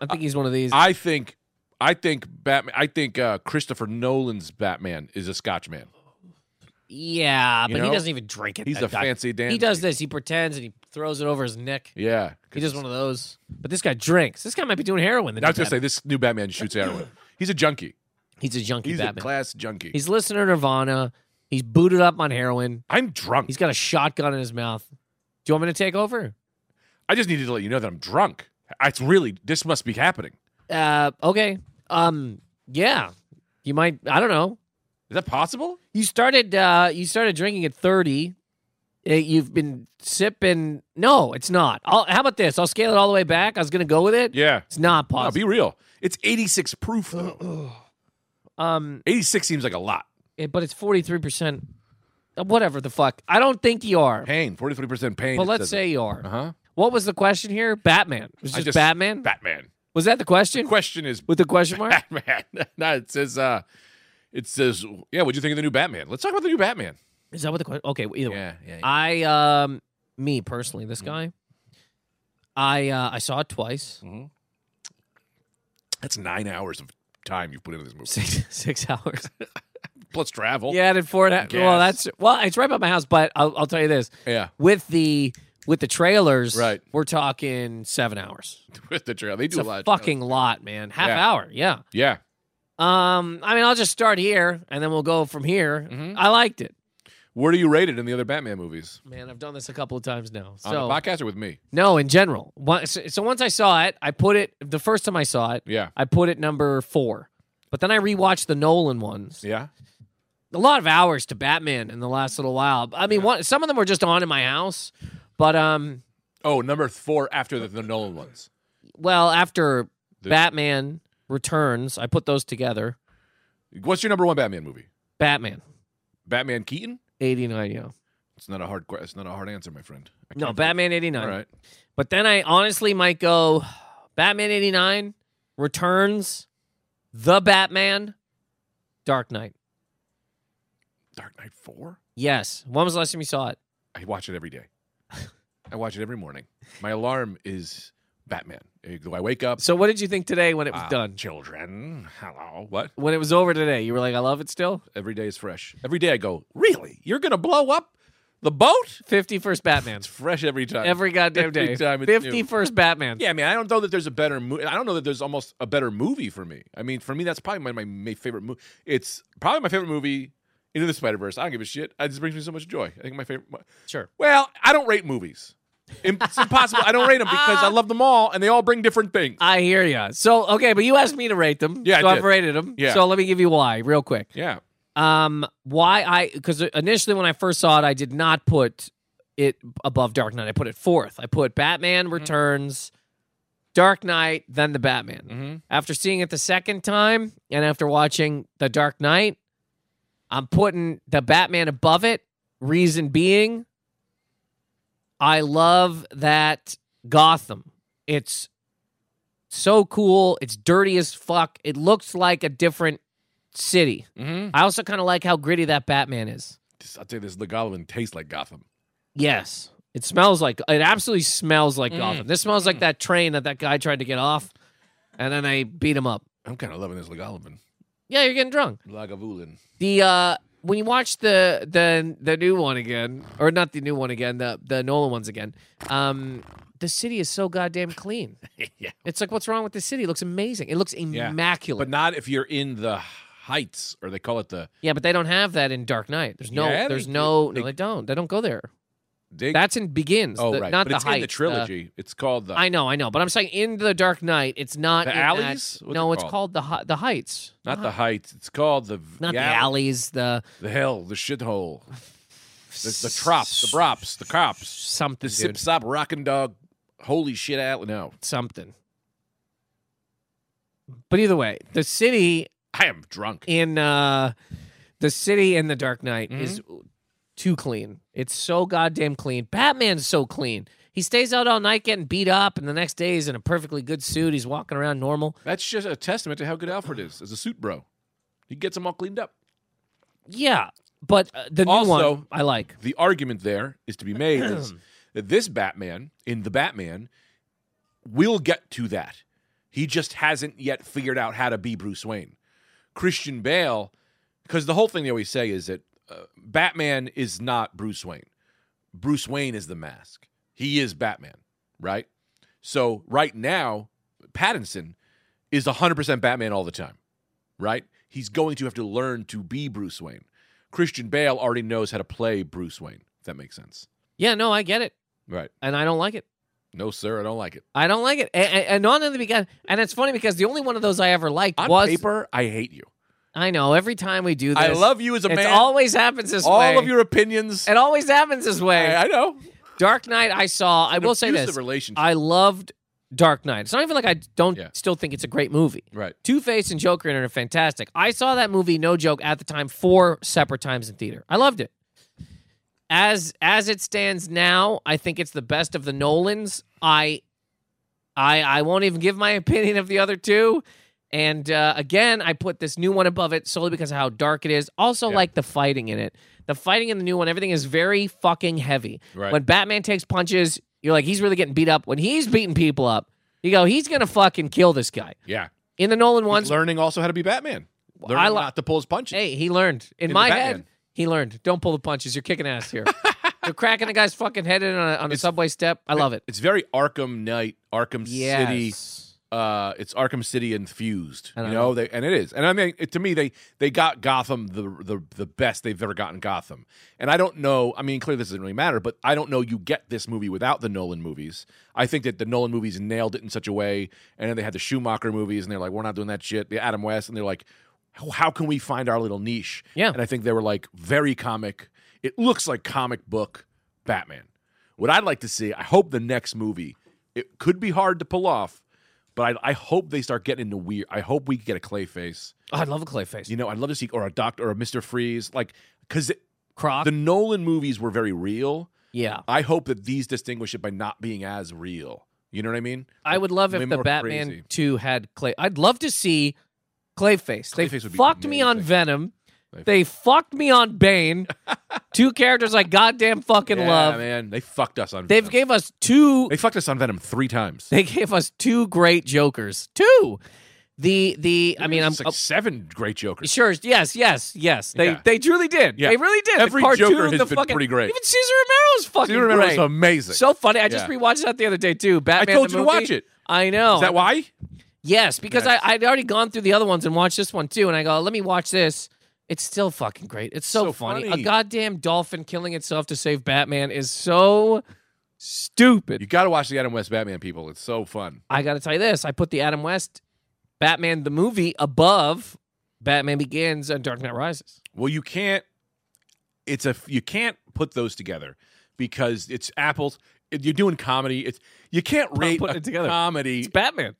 Speaker 3: I think he's one of these.
Speaker 2: Uh, I think. I think Batman. I think uh, Christopher Nolan's Batman is a Scotch man.
Speaker 3: yeah,
Speaker 2: You
Speaker 3: but
Speaker 2: know,
Speaker 3: he doesn't even drink it.
Speaker 2: He's
Speaker 3: that
Speaker 2: a
Speaker 3: guy.
Speaker 2: fancy dancer.
Speaker 3: He does this. He pretends and he throws it over his neck.
Speaker 2: Yeah.
Speaker 3: He's just one of those. But this guy drinks. This guy might be doing heroin. The
Speaker 2: I
Speaker 3: new
Speaker 2: was gonna say
Speaker 3: Batman.
Speaker 2: this new Batman shoots heroin.
Speaker 3: [clears throat]
Speaker 2: He's a junkie.
Speaker 3: he's a junkie
Speaker 2: He's a
Speaker 3: Batman.
Speaker 2: class junkie.
Speaker 3: he's listening to Nirvana. He's booted up on heroin.
Speaker 2: I'm drunk.
Speaker 3: He's got a shotgun in his mouth. Do you want me to take over?
Speaker 2: I just needed to let you know that I'm drunk. It's really. This must be happening.
Speaker 3: Uh, okay. Um, yeah. You might. I don't know.
Speaker 2: Is that possible?
Speaker 3: You started. Uh, you started drinking at thirty. Uh, You've been sipping. No, it's not. I'll, how about this? I'll scale it all the way back. I was gonna go with it.
Speaker 2: Yeah.
Speaker 3: It's not
Speaker 2: No,
Speaker 3: possible.
Speaker 2: be real. It's 86 proof though.
Speaker 3: [gasps] um,
Speaker 2: 86 seems like a lot.
Speaker 3: it- but it's forty three percent. Uh, Whatever the fuck. I don't think you are.
Speaker 2: Pain, 43% pain.
Speaker 3: But let's say you are.
Speaker 2: uh-huh.
Speaker 3: What was the question here? Batman. It was
Speaker 2: I
Speaker 3: just,
Speaker 2: just-
Speaker 3: Batman.
Speaker 2: Batman.
Speaker 3: was that the question?
Speaker 2: Question is [laughs]
Speaker 3: With the question mark?
Speaker 2: Batman. [laughs] no, it says uh it says yeah, what'd you think of the new Batman? Let's talk about the new Batman.
Speaker 3: Is that what the question? Okay. Either way.
Speaker 2: Yeah, yeah. yeah.
Speaker 3: I um me personally, this
Speaker 2: Mm-hmm.
Speaker 3: guy, I uh, I saw it twice, [laughs]
Speaker 2: That's 9 hours of time you've put into this movie.
Speaker 3: six, six
Speaker 2: [laughs]
Speaker 3: hours.
Speaker 2: Plus travel.
Speaker 3: yeah, I did four and a half. Well,
Speaker 2: Gas.
Speaker 3: that's well, it's right by my house, but I'll, I'll tell you this:
Speaker 2: Yeah. [laughs]
Speaker 3: with the with the trailers,
Speaker 2: Right.
Speaker 3: We're talking seven hours.
Speaker 2: With the trail. They
Speaker 3: It's
Speaker 2: do
Speaker 3: a
Speaker 2: a lot.
Speaker 3: fucking lot, man. Half
Speaker 2: Yeah.
Speaker 3: hour, yeah.
Speaker 2: Yeah.
Speaker 3: Um, I mean, I'll just start here, and then we'll go from here.
Speaker 2: Mhm.
Speaker 3: I liked it,
Speaker 2: Where do you rate it in the other Batman movies?
Speaker 3: man. I've done this a couple of times now.
Speaker 2: On
Speaker 3: So
Speaker 2: the podcast or with me?
Speaker 3: no, in general, once, so once I saw it, I put it the first time I saw it.
Speaker 2: Yeah.
Speaker 3: I put it number four. But then I rewatched the Nolan ones.
Speaker 2: Yeah.
Speaker 3: A lot of hours to Batman in the last little while. I mean, one, some of them were just on in my house, but um,
Speaker 2: Oh, number 4 after the, the Nolan ones.
Speaker 3: well, after
Speaker 2: The-
Speaker 3: Batman Returns, I put those together.
Speaker 2: What's your number 1 Batman movie?
Speaker 3: Batman
Speaker 2: Batman Keaton?
Speaker 3: eighty nine, yeah.
Speaker 2: It's not a hard. que- It's not a hard answer, my friend. I
Speaker 3: No,
Speaker 2: can't-
Speaker 3: Batman 89.
Speaker 2: All right.
Speaker 3: But then I honestly might go Batman 89 returns the Batman Dark Knight.
Speaker 2: Dark Knight Four.
Speaker 3: Yes. When was the last time you saw it?
Speaker 2: I watch it every day. I watch it every morning. My alarm is Batman. Uh, Do I wake up?
Speaker 3: So what did you think today when it was
Speaker 2: Ah,
Speaker 3: done?
Speaker 2: Children. Hello. What?
Speaker 3: When it was over today, you were like, I love it still?
Speaker 2: Every day is fresh. Every day I go. Really? You're gonna blow up the boat?
Speaker 3: 51st Batman.
Speaker 2: It's fresh every time.
Speaker 3: Every goddamn
Speaker 2: Every
Speaker 3: day.
Speaker 2: time it's new.
Speaker 3: 51st Batman.
Speaker 2: Yeah, I mean, I don't know that there's a better movie. I don't know that there's almost a better movie for me. I mean, for me, that's probably my, my, ma- favorite movie. It's probably my favorite movie into the Spider Verse. I don't give a shit. It just brings me so much joy. I think my favorite.
Speaker 3: Sure.
Speaker 2: Well, I don't rate movies. Im- It's impossible. I don't rate them because I love them all, and they all bring different things.
Speaker 3: I hear ya. So, okay, but you asked me to rate them.
Speaker 2: Yeah, I
Speaker 3: So
Speaker 2: did.
Speaker 3: I've rated them.
Speaker 2: Yeah.
Speaker 3: So let me give you why, real quick.
Speaker 2: yeah,
Speaker 3: Um, why I because initially when I first saw it, I did not put it above Dark Knight. I put it fourth. I put Batman
Speaker 2: Mm-hmm.
Speaker 3: Returns, Dark Knight, then the Batman.
Speaker 2: Mhm.
Speaker 3: After seeing it the second time and after watching the Dark Knight, I'm putting the Batman above it. Reason being, I love that Gotham. It's so cool. It's dirty as fuck. It looks like a different city.
Speaker 2: mm-hmm.
Speaker 3: I also kind of like how gritty that Batman is.
Speaker 2: I'll tell you this: Legolas tastes like Gotham.
Speaker 3: Yes. It smells like it absolutely smells like
Speaker 2: Mm.
Speaker 3: Gotham. This smells like that train that that guy tried to get off and then they beat him up.
Speaker 2: I'm kind of loving this Legolas.
Speaker 3: Yeah, you're getting drunk. [laughs]
Speaker 2: Lagavulin.
Speaker 3: The uh when you watch the the the new one again or not the new one again, the the Nolan ones again. Um the city is so goddamn clean.
Speaker 2: yeah,
Speaker 3: It's like what's wrong with the city? It looks amazing. It looks immaculate.
Speaker 2: but not if you're in the heights, or they call it the.
Speaker 3: yeah, but they don't have that in Dark Knight. There's no
Speaker 2: Yeah, they
Speaker 3: there's
Speaker 2: do.
Speaker 3: no
Speaker 2: They-
Speaker 3: no they don't. They don't go there.
Speaker 2: Dig-
Speaker 3: That's in Begins.
Speaker 2: oh
Speaker 3: the-
Speaker 2: right,
Speaker 3: not
Speaker 2: but
Speaker 3: the
Speaker 2: it's in the
Speaker 3: Heights,
Speaker 2: trilogy. it's called the.
Speaker 3: I know, I know, but I'm saying in the Dark Knight, it's not
Speaker 2: The
Speaker 3: in that-
Speaker 2: alleys? What's
Speaker 3: no,
Speaker 2: it
Speaker 3: it's
Speaker 2: called?
Speaker 3: called the hi- the Heights,
Speaker 2: Not the heights. It's called the
Speaker 3: uh-huh. not the
Speaker 2: yeah,
Speaker 3: alleys, the
Speaker 2: the hell, the shithole, the, the trops, the brops, the cops, the
Speaker 3: something,
Speaker 2: sip
Speaker 3: dude.
Speaker 2: sop rockin' dog. Holy shit, alley. No,
Speaker 3: something. But either way, the city
Speaker 2: I am drunk.
Speaker 3: in uh the city in the Dark Knight is
Speaker 2: Mm-hmm.
Speaker 3: too clean. It's so goddamn clean. Batman's so clean. He stays out all night getting beat up, and the next day he's in a perfectly good suit. He's walking around normal.
Speaker 2: That's just a testament to how good Alfred is as a suit bro. He gets them all cleaned up.
Speaker 3: Yeah, but uh, the new
Speaker 2: Also-
Speaker 3: one I like.
Speaker 2: The argument there is to be made is that this Batman in the Batman will get to that. He just hasn't yet figured out how to be Bruce Wayne. Christian Bale, because the whole thing they always say is that uh, Batman is not Bruce Wayne. Bruce Wayne is the mask. He is Batman, right? So right now, Pattinson is 100% Batman all the time, right? He's going to have to learn to be Bruce Wayne. Christian Bale already knows how to play Bruce Wayne, if that makes sense.
Speaker 3: Yeah, no, I get it,
Speaker 2: Right.
Speaker 3: and I don't like it.
Speaker 2: No, sir, I don't like it.
Speaker 3: I don't like it. And, and on in the beginning, and it's funny because the only one of those I ever liked
Speaker 2: On
Speaker 3: was
Speaker 2: paper, I hate you.
Speaker 3: I know every time we do this,
Speaker 2: I love you as a
Speaker 3: it.
Speaker 2: man.
Speaker 3: Always happens this
Speaker 2: all
Speaker 3: way.
Speaker 2: of your opinions.
Speaker 3: It always happens this way.
Speaker 2: I, I know.
Speaker 3: Dark Knight, I saw. I will say
Speaker 2: Abusive
Speaker 3: this:
Speaker 2: relationship.
Speaker 3: I loved Dark Knight. It's not even like I don't
Speaker 2: Yeah.
Speaker 3: still think it's a great movie.
Speaker 2: right.
Speaker 3: Two Face and Joker in it are fantastic. I saw that movie, no joke, at the time four separate times in theater. I loved it. As as it stands now, I think it's the best of the Nolans. I I I won't even give my [laughs] opinion of the other two. And uh, again, I put this new one above it solely because of how dark it is. Also,
Speaker 2: Yeah.
Speaker 3: like the fighting in it. The fighting in the new one, everything is very fucking heavy.
Speaker 2: Right.
Speaker 3: When Batman takes punches, you're like, he's really getting beat up. When he's beating people up, you go, he's gonna fucking kill this guy.
Speaker 2: Yeah.
Speaker 3: In the Nolan
Speaker 2: He's
Speaker 3: ones,
Speaker 2: learning also how to be Batman. Learning
Speaker 3: I li-
Speaker 2: not to pull his punches.
Speaker 3: Hey, he learned. In,
Speaker 2: In the
Speaker 3: my
Speaker 2: Batman.
Speaker 3: head, he learned. Don't pull the punches. You're kicking
Speaker 2: [laughs]
Speaker 3: ass here. You're cracking a guy's fucking head in on a, on a subway step. I love it.
Speaker 2: It's very Arkham Knight, Arkham City.
Speaker 3: Yes.
Speaker 2: Uh, it's Arkham City infused.
Speaker 3: And
Speaker 2: You
Speaker 3: I
Speaker 2: know, they, and it is. And I mean, it, to me, they they got Gotham the, the the best they've ever gotten Gotham. And I don't know. I mean, clearly this doesn't really matter, but I don't know. You get this movie without the Nolan movies. I think that the Nolan movies nailed it in such a way, and then they had the Schumacher movies, and they're like, we're not doing that shit. The Adam West, and they're like, how- how can we find our little niche?
Speaker 3: Yeah.
Speaker 2: And I think they were like very comic. It looks like comic book Batman. What I'd like to see, I hope the next movie, it could be hard to pull off, but I, I hope they start getting into weird. I hope we get a Clayface.
Speaker 3: Oh, I'd love a clay face.
Speaker 2: You know, I'd love to see, or a doctor, or a Mister Freeze, like because
Speaker 3: Croc.
Speaker 2: The Nolan movies were very real.
Speaker 3: yeah,
Speaker 2: I hope that these distinguish it by not being as real. You know what I mean?
Speaker 3: I would love
Speaker 2: way
Speaker 3: if the
Speaker 2: more
Speaker 3: Batman
Speaker 2: crazy.
Speaker 3: Two had Clay. I'd love to see Clayface. They
Speaker 2: Clayface would be
Speaker 3: fucked me on
Speaker 2: amazing.
Speaker 3: Venom. They fucked me
Speaker 2: [laughs]
Speaker 3: on Bane. two characters I goddamn fucking
Speaker 2: yeah,
Speaker 3: love.
Speaker 2: man. They fucked us on.
Speaker 3: They've
Speaker 2: Venom.
Speaker 3: gave us two
Speaker 2: they fucked us on Venom three times.
Speaker 3: They gave us two great jokers. Two. The the I mean I'm
Speaker 2: It's like seven great Jokers.
Speaker 3: sure yes yes yes they
Speaker 2: Yeah.
Speaker 3: they truly did
Speaker 2: Yeah.
Speaker 3: they really did The
Speaker 2: Every
Speaker 3: cartoon,
Speaker 2: Joker has
Speaker 3: the
Speaker 2: been
Speaker 3: fucking-
Speaker 2: pretty great.
Speaker 3: even Caesar Romero's fucking
Speaker 2: Do you remember? It
Speaker 3: great.
Speaker 2: was amazing.
Speaker 3: so funny I just
Speaker 2: Yeah.
Speaker 3: rewatched that the other day too Batman
Speaker 2: told
Speaker 3: the
Speaker 2: you to watch
Speaker 3: movie. Oh.
Speaker 2: it.
Speaker 3: I know
Speaker 2: Is that why?
Speaker 3: yes because
Speaker 2: Nice.
Speaker 3: I I'd already gone through the other ones and watched this one too and I go let me watch this it's still fucking great it's so,
Speaker 2: So funny.
Speaker 3: a goddamn dolphin killing itself to save Batman is so stupid
Speaker 2: You got to watch the Adam West Batman people. It's so fun.
Speaker 3: I got to tell you this. I put the Adam West Batman the movie above Batman Begins and Dark Knight Rises.
Speaker 2: Well, you can't. It's a you can't put those together because it's apples. If You're doing comedy. It's you can't rate
Speaker 3: putting
Speaker 2: a
Speaker 3: it together.
Speaker 2: comedy.
Speaker 3: It's Batman.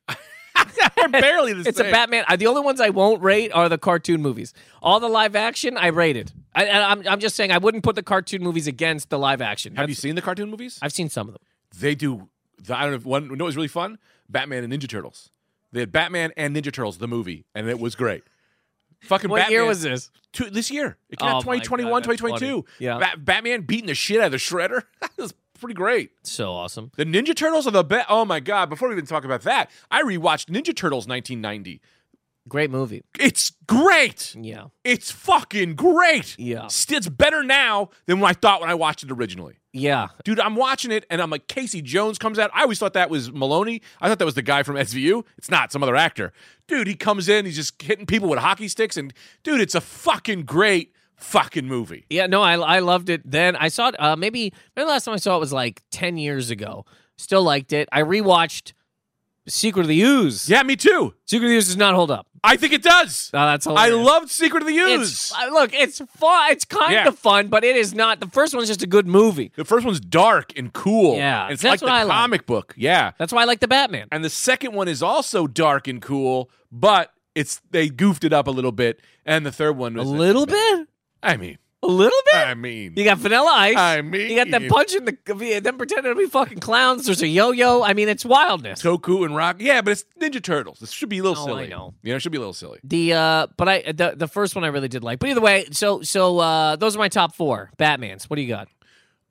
Speaker 2: They're barely the
Speaker 3: It's
Speaker 2: same.
Speaker 3: a Batman. I, the only ones I won't rate are the cartoon movies. All the live action I rated. I, I, I'm, I'm just saying I wouldn't put the cartoon movies against the live action.
Speaker 2: Have you
Speaker 3: That's-
Speaker 2: seen the cartoon movies?
Speaker 3: I've seen some of them.
Speaker 2: they do. The, I don't know. If one, you know, what was really fun. Batman and Ninja Turtles. They had Batman and Ninja Turtles the movie, and it was great. Fucking
Speaker 3: What
Speaker 2: Batman.
Speaker 3: year was this?
Speaker 2: two, this year. It came
Speaker 3: Oh
Speaker 2: out
Speaker 3: my
Speaker 2: 2021,
Speaker 3: God, that's
Speaker 2: 2022.
Speaker 3: funny. Yeah.
Speaker 2: Ba- Batman beating the shit out of the Shredder. [laughs] that was pretty great.
Speaker 3: So awesome.
Speaker 2: The Ninja Turtles are the best. Oh my God. Before we even talk about that, I rewatched Ninja Turtles 1990.
Speaker 3: Great movie.
Speaker 2: It's great.
Speaker 3: Yeah.
Speaker 2: It's fucking great.
Speaker 3: Yeah.
Speaker 2: S- It's better now than when I thought when I watched it originally.
Speaker 3: Yeah.
Speaker 2: Dude, I'm watching it and I'm like, Casey Jones comes out. I always thought that was Maloney. I thought that was the guy from SVU. It's not, some other actor. Dude, he comes in, he's just hitting people with hockey sticks. And dude, it's a fucking great fucking movie.
Speaker 3: Yeah, no, I I loved it. Then I saw it. Uh, maybe maybe the last time I saw it was like ten years ago. Still liked it. I rewatched Secret of the Ooze.
Speaker 2: Yeah, me too.
Speaker 3: Secret of the Ooze does not hold up.
Speaker 2: I think it does.
Speaker 3: Oh, that's
Speaker 2: I
Speaker 3: hilarious.
Speaker 2: loved Secret of the
Speaker 3: It's,
Speaker 2: Use.
Speaker 3: uh, look, it's fun. It's kind
Speaker 2: Yeah.
Speaker 3: of fun, but it is not. The first one's just a good movie.
Speaker 2: The first one's dark and cool.
Speaker 3: Yeah,
Speaker 2: it's
Speaker 3: that's
Speaker 2: like
Speaker 3: what I
Speaker 2: the
Speaker 3: like.
Speaker 2: comic book. Yeah,
Speaker 3: That's why I like the Batman.
Speaker 2: and the second one is also dark and cool, but it's they goofed it up a little bit. And the third one
Speaker 3: A
Speaker 2: was
Speaker 3: little bit,
Speaker 2: I mean,
Speaker 3: a little bit.
Speaker 2: I mean,
Speaker 3: you got Vanilla Ice.
Speaker 2: I mean,
Speaker 3: you got them punching the them pretending to be fucking clowns. There's a yo-yo. I mean, it's wildness.
Speaker 2: Toku and Rock. Yeah, but it's Ninja Turtles. This should be a little
Speaker 3: No, Oh, I
Speaker 2: silly.
Speaker 3: know.
Speaker 2: You know, it should be a little silly.
Speaker 3: The uh, but I the, the first one I really did like. But either way, so so uh, those are my top four Batman's. What do you got?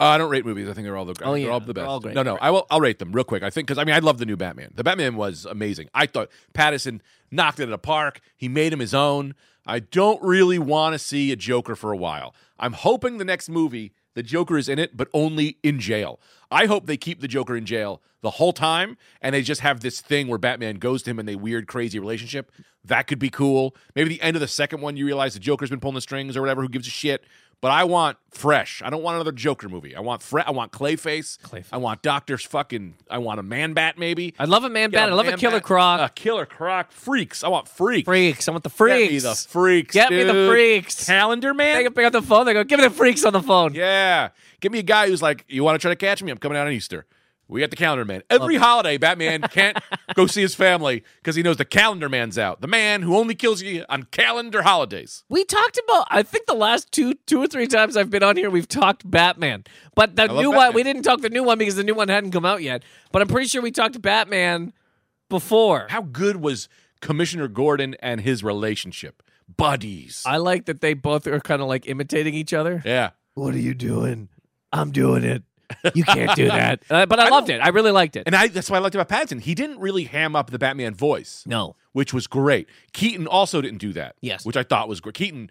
Speaker 2: Uh, I don't rate movies. I think they're all the
Speaker 3: Oh,
Speaker 2: they're
Speaker 3: yeah.
Speaker 2: all the
Speaker 3: They're
Speaker 2: best.
Speaker 3: all great.
Speaker 2: No, no, I will. I'll rate them real quick. I think because I mean I love the new Batman. The Batman was amazing. I thought Pattinson knocked it out of the park. He made him his own. I don't really want to see a Joker for a while. I'm hoping the next movie the Joker is in it, but only in jail. I hope they keep the Joker in jail the whole time, and they just have this thing where Batman goes to him and they weird, crazy relationship. That could be cool. Maybe the end of the second one, you realize the Joker's been pulling the strings or whatever. Who gives a shit? But I want fresh. I don't want another Joker movie. I want fre- I want Clayface.
Speaker 3: Clayface.
Speaker 2: I want Doctor's fucking. I want a Man Bat maybe.
Speaker 3: I love a man bat. I love a
Speaker 2: Man
Speaker 3: killer
Speaker 2: Bat.
Speaker 3: croc.
Speaker 2: A Killer Croc. Freaks. I want freak.
Speaker 3: freaks. I want the
Speaker 2: Get me
Speaker 3: freaks.
Speaker 2: the freaks.
Speaker 3: Get me the
Speaker 2: dude.
Speaker 3: freaks.
Speaker 2: Calendar
Speaker 3: They
Speaker 2: Man.
Speaker 3: can pick up the phone. They go, give me the freaks on the phone.
Speaker 2: Yeah. Give me a guy who's like, you want to try to catch me? I'm coming out on Easter. We got the calendar man. Every holiday,
Speaker 3: [laughs]
Speaker 2: Batman can't go see his family because he knows the calendar man's out. The man who only kills you on calendar holidays.
Speaker 3: We talked about. I think the last two, two or three times I've been on here, we've talked Batman. But the new
Speaker 2: love
Speaker 3: one,
Speaker 2: Batman.
Speaker 3: we didn't talk the new one because the new one hadn't come out yet. But I'm pretty sure we talked Batman before.
Speaker 2: How good was Commissioner Gordon and his relationship? Buddies.
Speaker 3: I like that they both are kind of like imitating each other.
Speaker 2: yeah.
Speaker 3: What are you doing? I'm doing it. You can't [laughs] do that. Uh, but I, loved it. I really liked it.
Speaker 2: And I that's what I liked about Pattinson. He didn't really ham up the Batman voice.
Speaker 3: no.
Speaker 2: which was great. Keaton also didn't do that.
Speaker 3: Yes.
Speaker 2: which I thought was great. Keaton,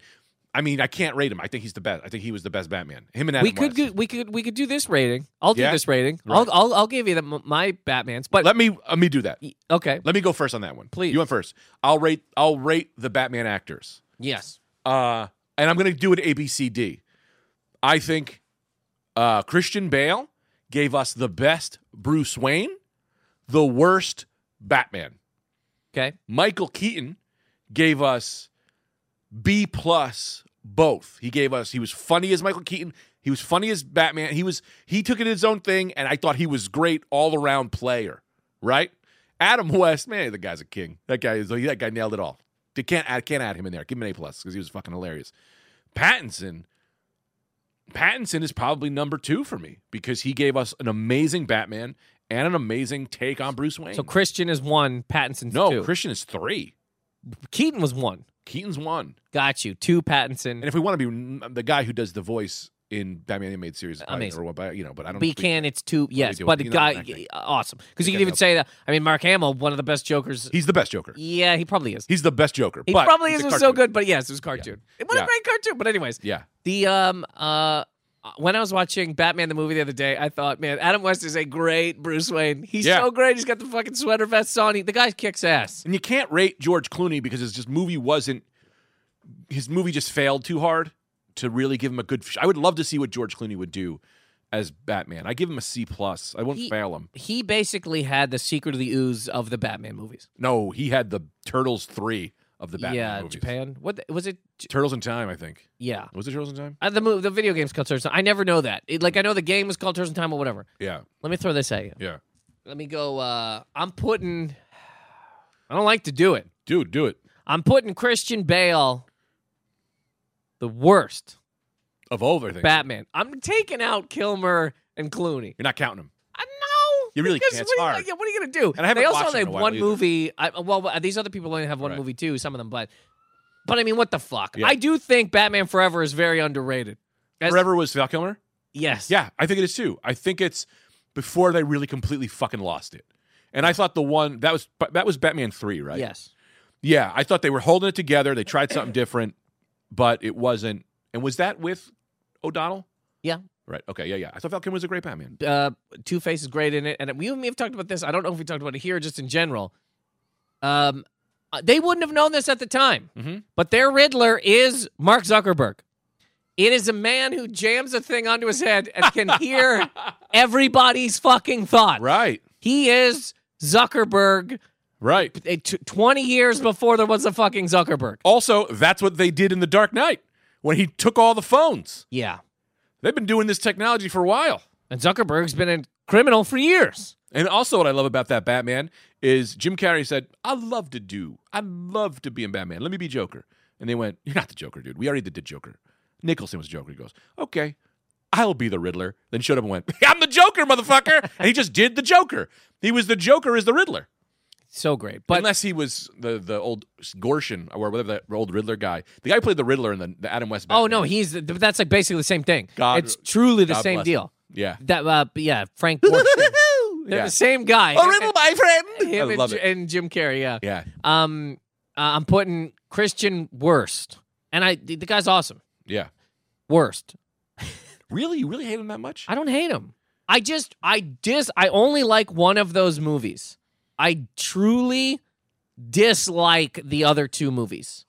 Speaker 2: I mean, I can't rate him. I think he's the best. I think he was the best Batman. Him and Adam
Speaker 3: we could
Speaker 2: West.
Speaker 3: do, we could we could do this rating. I'll do
Speaker 2: Yeah?
Speaker 3: this rating.
Speaker 2: Right.
Speaker 3: I'll, I'll I'll give you the, my Batman's. But
Speaker 2: Let me let me do that.
Speaker 3: okay,
Speaker 2: Let me go first on that one.
Speaker 3: Please.
Speaker 2: you went first. I'll rate I'll rate the Batman actors.
Speaker 3: yes,
Speaker 2: Uh, and I'm gonna do it A B C D. I think uh, Christian Bale gave us the best Bruce Wayne, the worst Batman.
Speaker 3: okay,
Speaker 2: Michael Keaton gave us B plus both. He gave us he was funny as Michael Keaton. He was funny as Batman. He was he took it his own thing, and I thought he was great all around player. Right? Adam West, man, the guy's a king. That guy is that guy nailed it all. They can't add can't add him in there. Give him an A plus because he was fucking hilarious. Pattinson, Pattinson is probably number two for me because he gave us an amazing Batman and an amazing take on Bruce Wayne.
Speaker 3: So Christian is one, Pattinson's
Speaker 2: no,
Speaker 3: two.
Speaker 2: Christian is three.
Speaker 3: Keaton was one.
Speaker 2: Keaton's one.
Speaker 3: Got you. Two Pattinson.
Speaker 2: And if we want to be mm, the guy who does the voice in Batman animated series, probably-
Speaker 3: Amazing.
Speaker 2: or what, but, you know, but I don't.
Speaker 3: But you
Speaker 2: think-
Speaker 3: can, it's two. Yes,
Speaker 2: do it.
Speaker 3: but the
Speaker 2: You know,
Speaker 3: guy,
Speaker 2: acting.
Speaker 3: awesome. Because you
Speaker 2: You
Speaker 3: can
Speaker 2: can
Speaker 3: even
Speaker 2: help.
Speaker 3: say that. I mean, Mark Hamill, one of the best Jokers.
Speaker 2: He's the best Joker.
Speaker 3: Yeah, he probably is.
Speaker 2: He's the best Joker.
Speaker 3: He
Speaker 2: but
Speaker 3: probably
Speaker 2: he's
Speaker 3: is.
Speaker 2: a
Speaker 3: It was so
Speaker 2: cartoon.
Speaker 3: good, but yes, it was a cartoon. It was
Speaker 2: Yeah.
Speaker 3: a great cartoon. But anyways,
Speaker 2: Yeah,
Speaker 3: the um uh. When I was watching Batman the movie the other day, I thought, man, Adam West is a great Bruce Wayne. He's
Speaker 2: Yeah.
Speaker 3: so great. He's got the fucking sweater vests on. He, the guy kicks ass.
Speaker 2: and you can't rate George Clooney because his just movie wasn't. His movie just failed too hard to really give him a good. I would love to see what George Clooney would do as Batman. I give him a C plus. I wouldn't
Speaker 3: He-
Speaker 2: fail him.
Speaker 3: He basically had the secret of the ooze of the Batman movies.
Speaker 2: No, he had the Turtles three of the Batman
Speaker 3: yeah,
Speaker 2: movies.
Speaker 3: Japan. What the- was it? J-
Speaker 2: Turtles in Time, I think.
Speaker 3: Yeah,
Speaker 2: Was it Turtles in Time?
Speaker 3: uh, the movie, the video game's called Turtles. in Time. I never know that. It, like I know the game was called Turtles in Time or whatever.
Speaker 2: Yeah,
Speaker 3: Let me throw this at you.
Speaker 2: yeah.
Speaker 3: Let me go. Uh, I'm putting. I don't like to do it.
Speaker 2: Dude, do it.
Speaker 3: I'm putting Christian Bale. The worst
Speaker 2: Of all everything,
Speaker 3: Batman. I'm taking out Kilmer and Clooney.
Speaker 2: you're not counting him.
Speaker 3: I know.
Speaker 2: You really
Speaker 3: because
Speaker 2: can't. It's
Speaker 3: What are you,
Speaker 2: hard.
Speaker 3: yeah, what are you gonna do?
Speaker 2: And I haven't
Speaker 3: they also
Speaker 2: watched it
Speaker 3: only
Speaker 2: in
Speaker 3: have
Speaker 2: a while
Speaker 3: one
Speaker 2: either.
Speaker 3: movie. I, well, uh, these other people only have one
Speaker 2: Right.
Speaker 3: movie too. Some of them, but but I mean, what the fuck?
Speaker 2: Yeah.
Speaker 3: I do think Batman Forever is very underrated. As-
Speaker 2: Forever was Val Kilmer.
Speaker 3: Yes.
Speaker 2: Yeah, I think it is too. I think it's before they really completely fucking lost it. And I thought the one that was that was Batman three, right?
Speaker 3: Yes.
Speaker 2: Yeah, I thought they were holding it together. They tried something different, but it wasn't. And was that with O'Donnell?
Speaker 3: Yeah.
Speaker 2: Right. Okay. Yeah. Yeah. I thought Val Kilmer was a great Batman.
Speaker 3: Uh, Two Face is great in it, and we and me have talked about this. I don't know if we talked about it here, or just in general. Um, uh, they wouldn't have known this at the time,
Speaker 2: Mhm.
Speaker 3: but their Riddler is Mark Zuckerberg. It is a man who jams a thing onto his head and can [laughs] hear everybody's fucking thought.
Speaker 2: Right.
Speaker 3: He is Zuckerberg
Speaker 2: Right.
Speaker 3: uh, t- 20 years before there was a fucking Zuckerberg.
Speaker 2: Also, that's what they did in The Dark Knight when he took all the phones.
Speaker 3: Yeah.
Speaker 2: They've been doing this technology for a while.
Speaker 3: And Zuckerberg's been a criminal for years.
Speaker 2: And also, what I love about that Batman is Jim Carrey said, "I love to do, I love to be in Batman. Let me be Joker." And they went, "You're not the Joker, dude. We already did the Joker. Nicholson was Joker." He goes, "Okay, I'll be the Riddler." Then showed up and went, [laughs] "I'm the Joker, motherfucker!" and he just did the Joker. He was the Joker as the Riddler,
Speaker 3: So great. But
Speaker 2: unless he was the the old Gorshin or whatever that old Riddler guy. The guy who played the Riddler in the, the Adam West. Batman.
Speaker 3: oh no, he's th- that's like basically the same thing.
Speaker 2: God-
Speaker 3: it's truly the
Speaker 2: God
Speaker 3: same
Speaker 2: bless
Speaker 3: deal. [laughs]
Speaker 2: yeah,
Speaker 3: That uh, but yeah,
Speaker 2: [laughs]
Speaker 3: Frank. Gorshin. They're
Speaker 2: yeah.
Speaker 3: the same guy.
Speaker 2: Oh, Riddle, my friend.
Speaker 3: Him
Speaker 2: I
Speaker 3: and,
Speaker 2: love
Speaker 3: J-
Speaker 2: it.
Speaker 3: and Jim Carrey. Yeah.
Speaker 2: Yeah,
Speaker 3: Um, uh, I'm putting Christian worst, and I the the guy's awesome.
Speaker 2: yeah.
Speaker 3: Worst.
Speaker 2: Really, you really hate him that much?
Speaker 3: I don't hate him. I just I dis I only like one of those movies. I truly dislike the other two movies.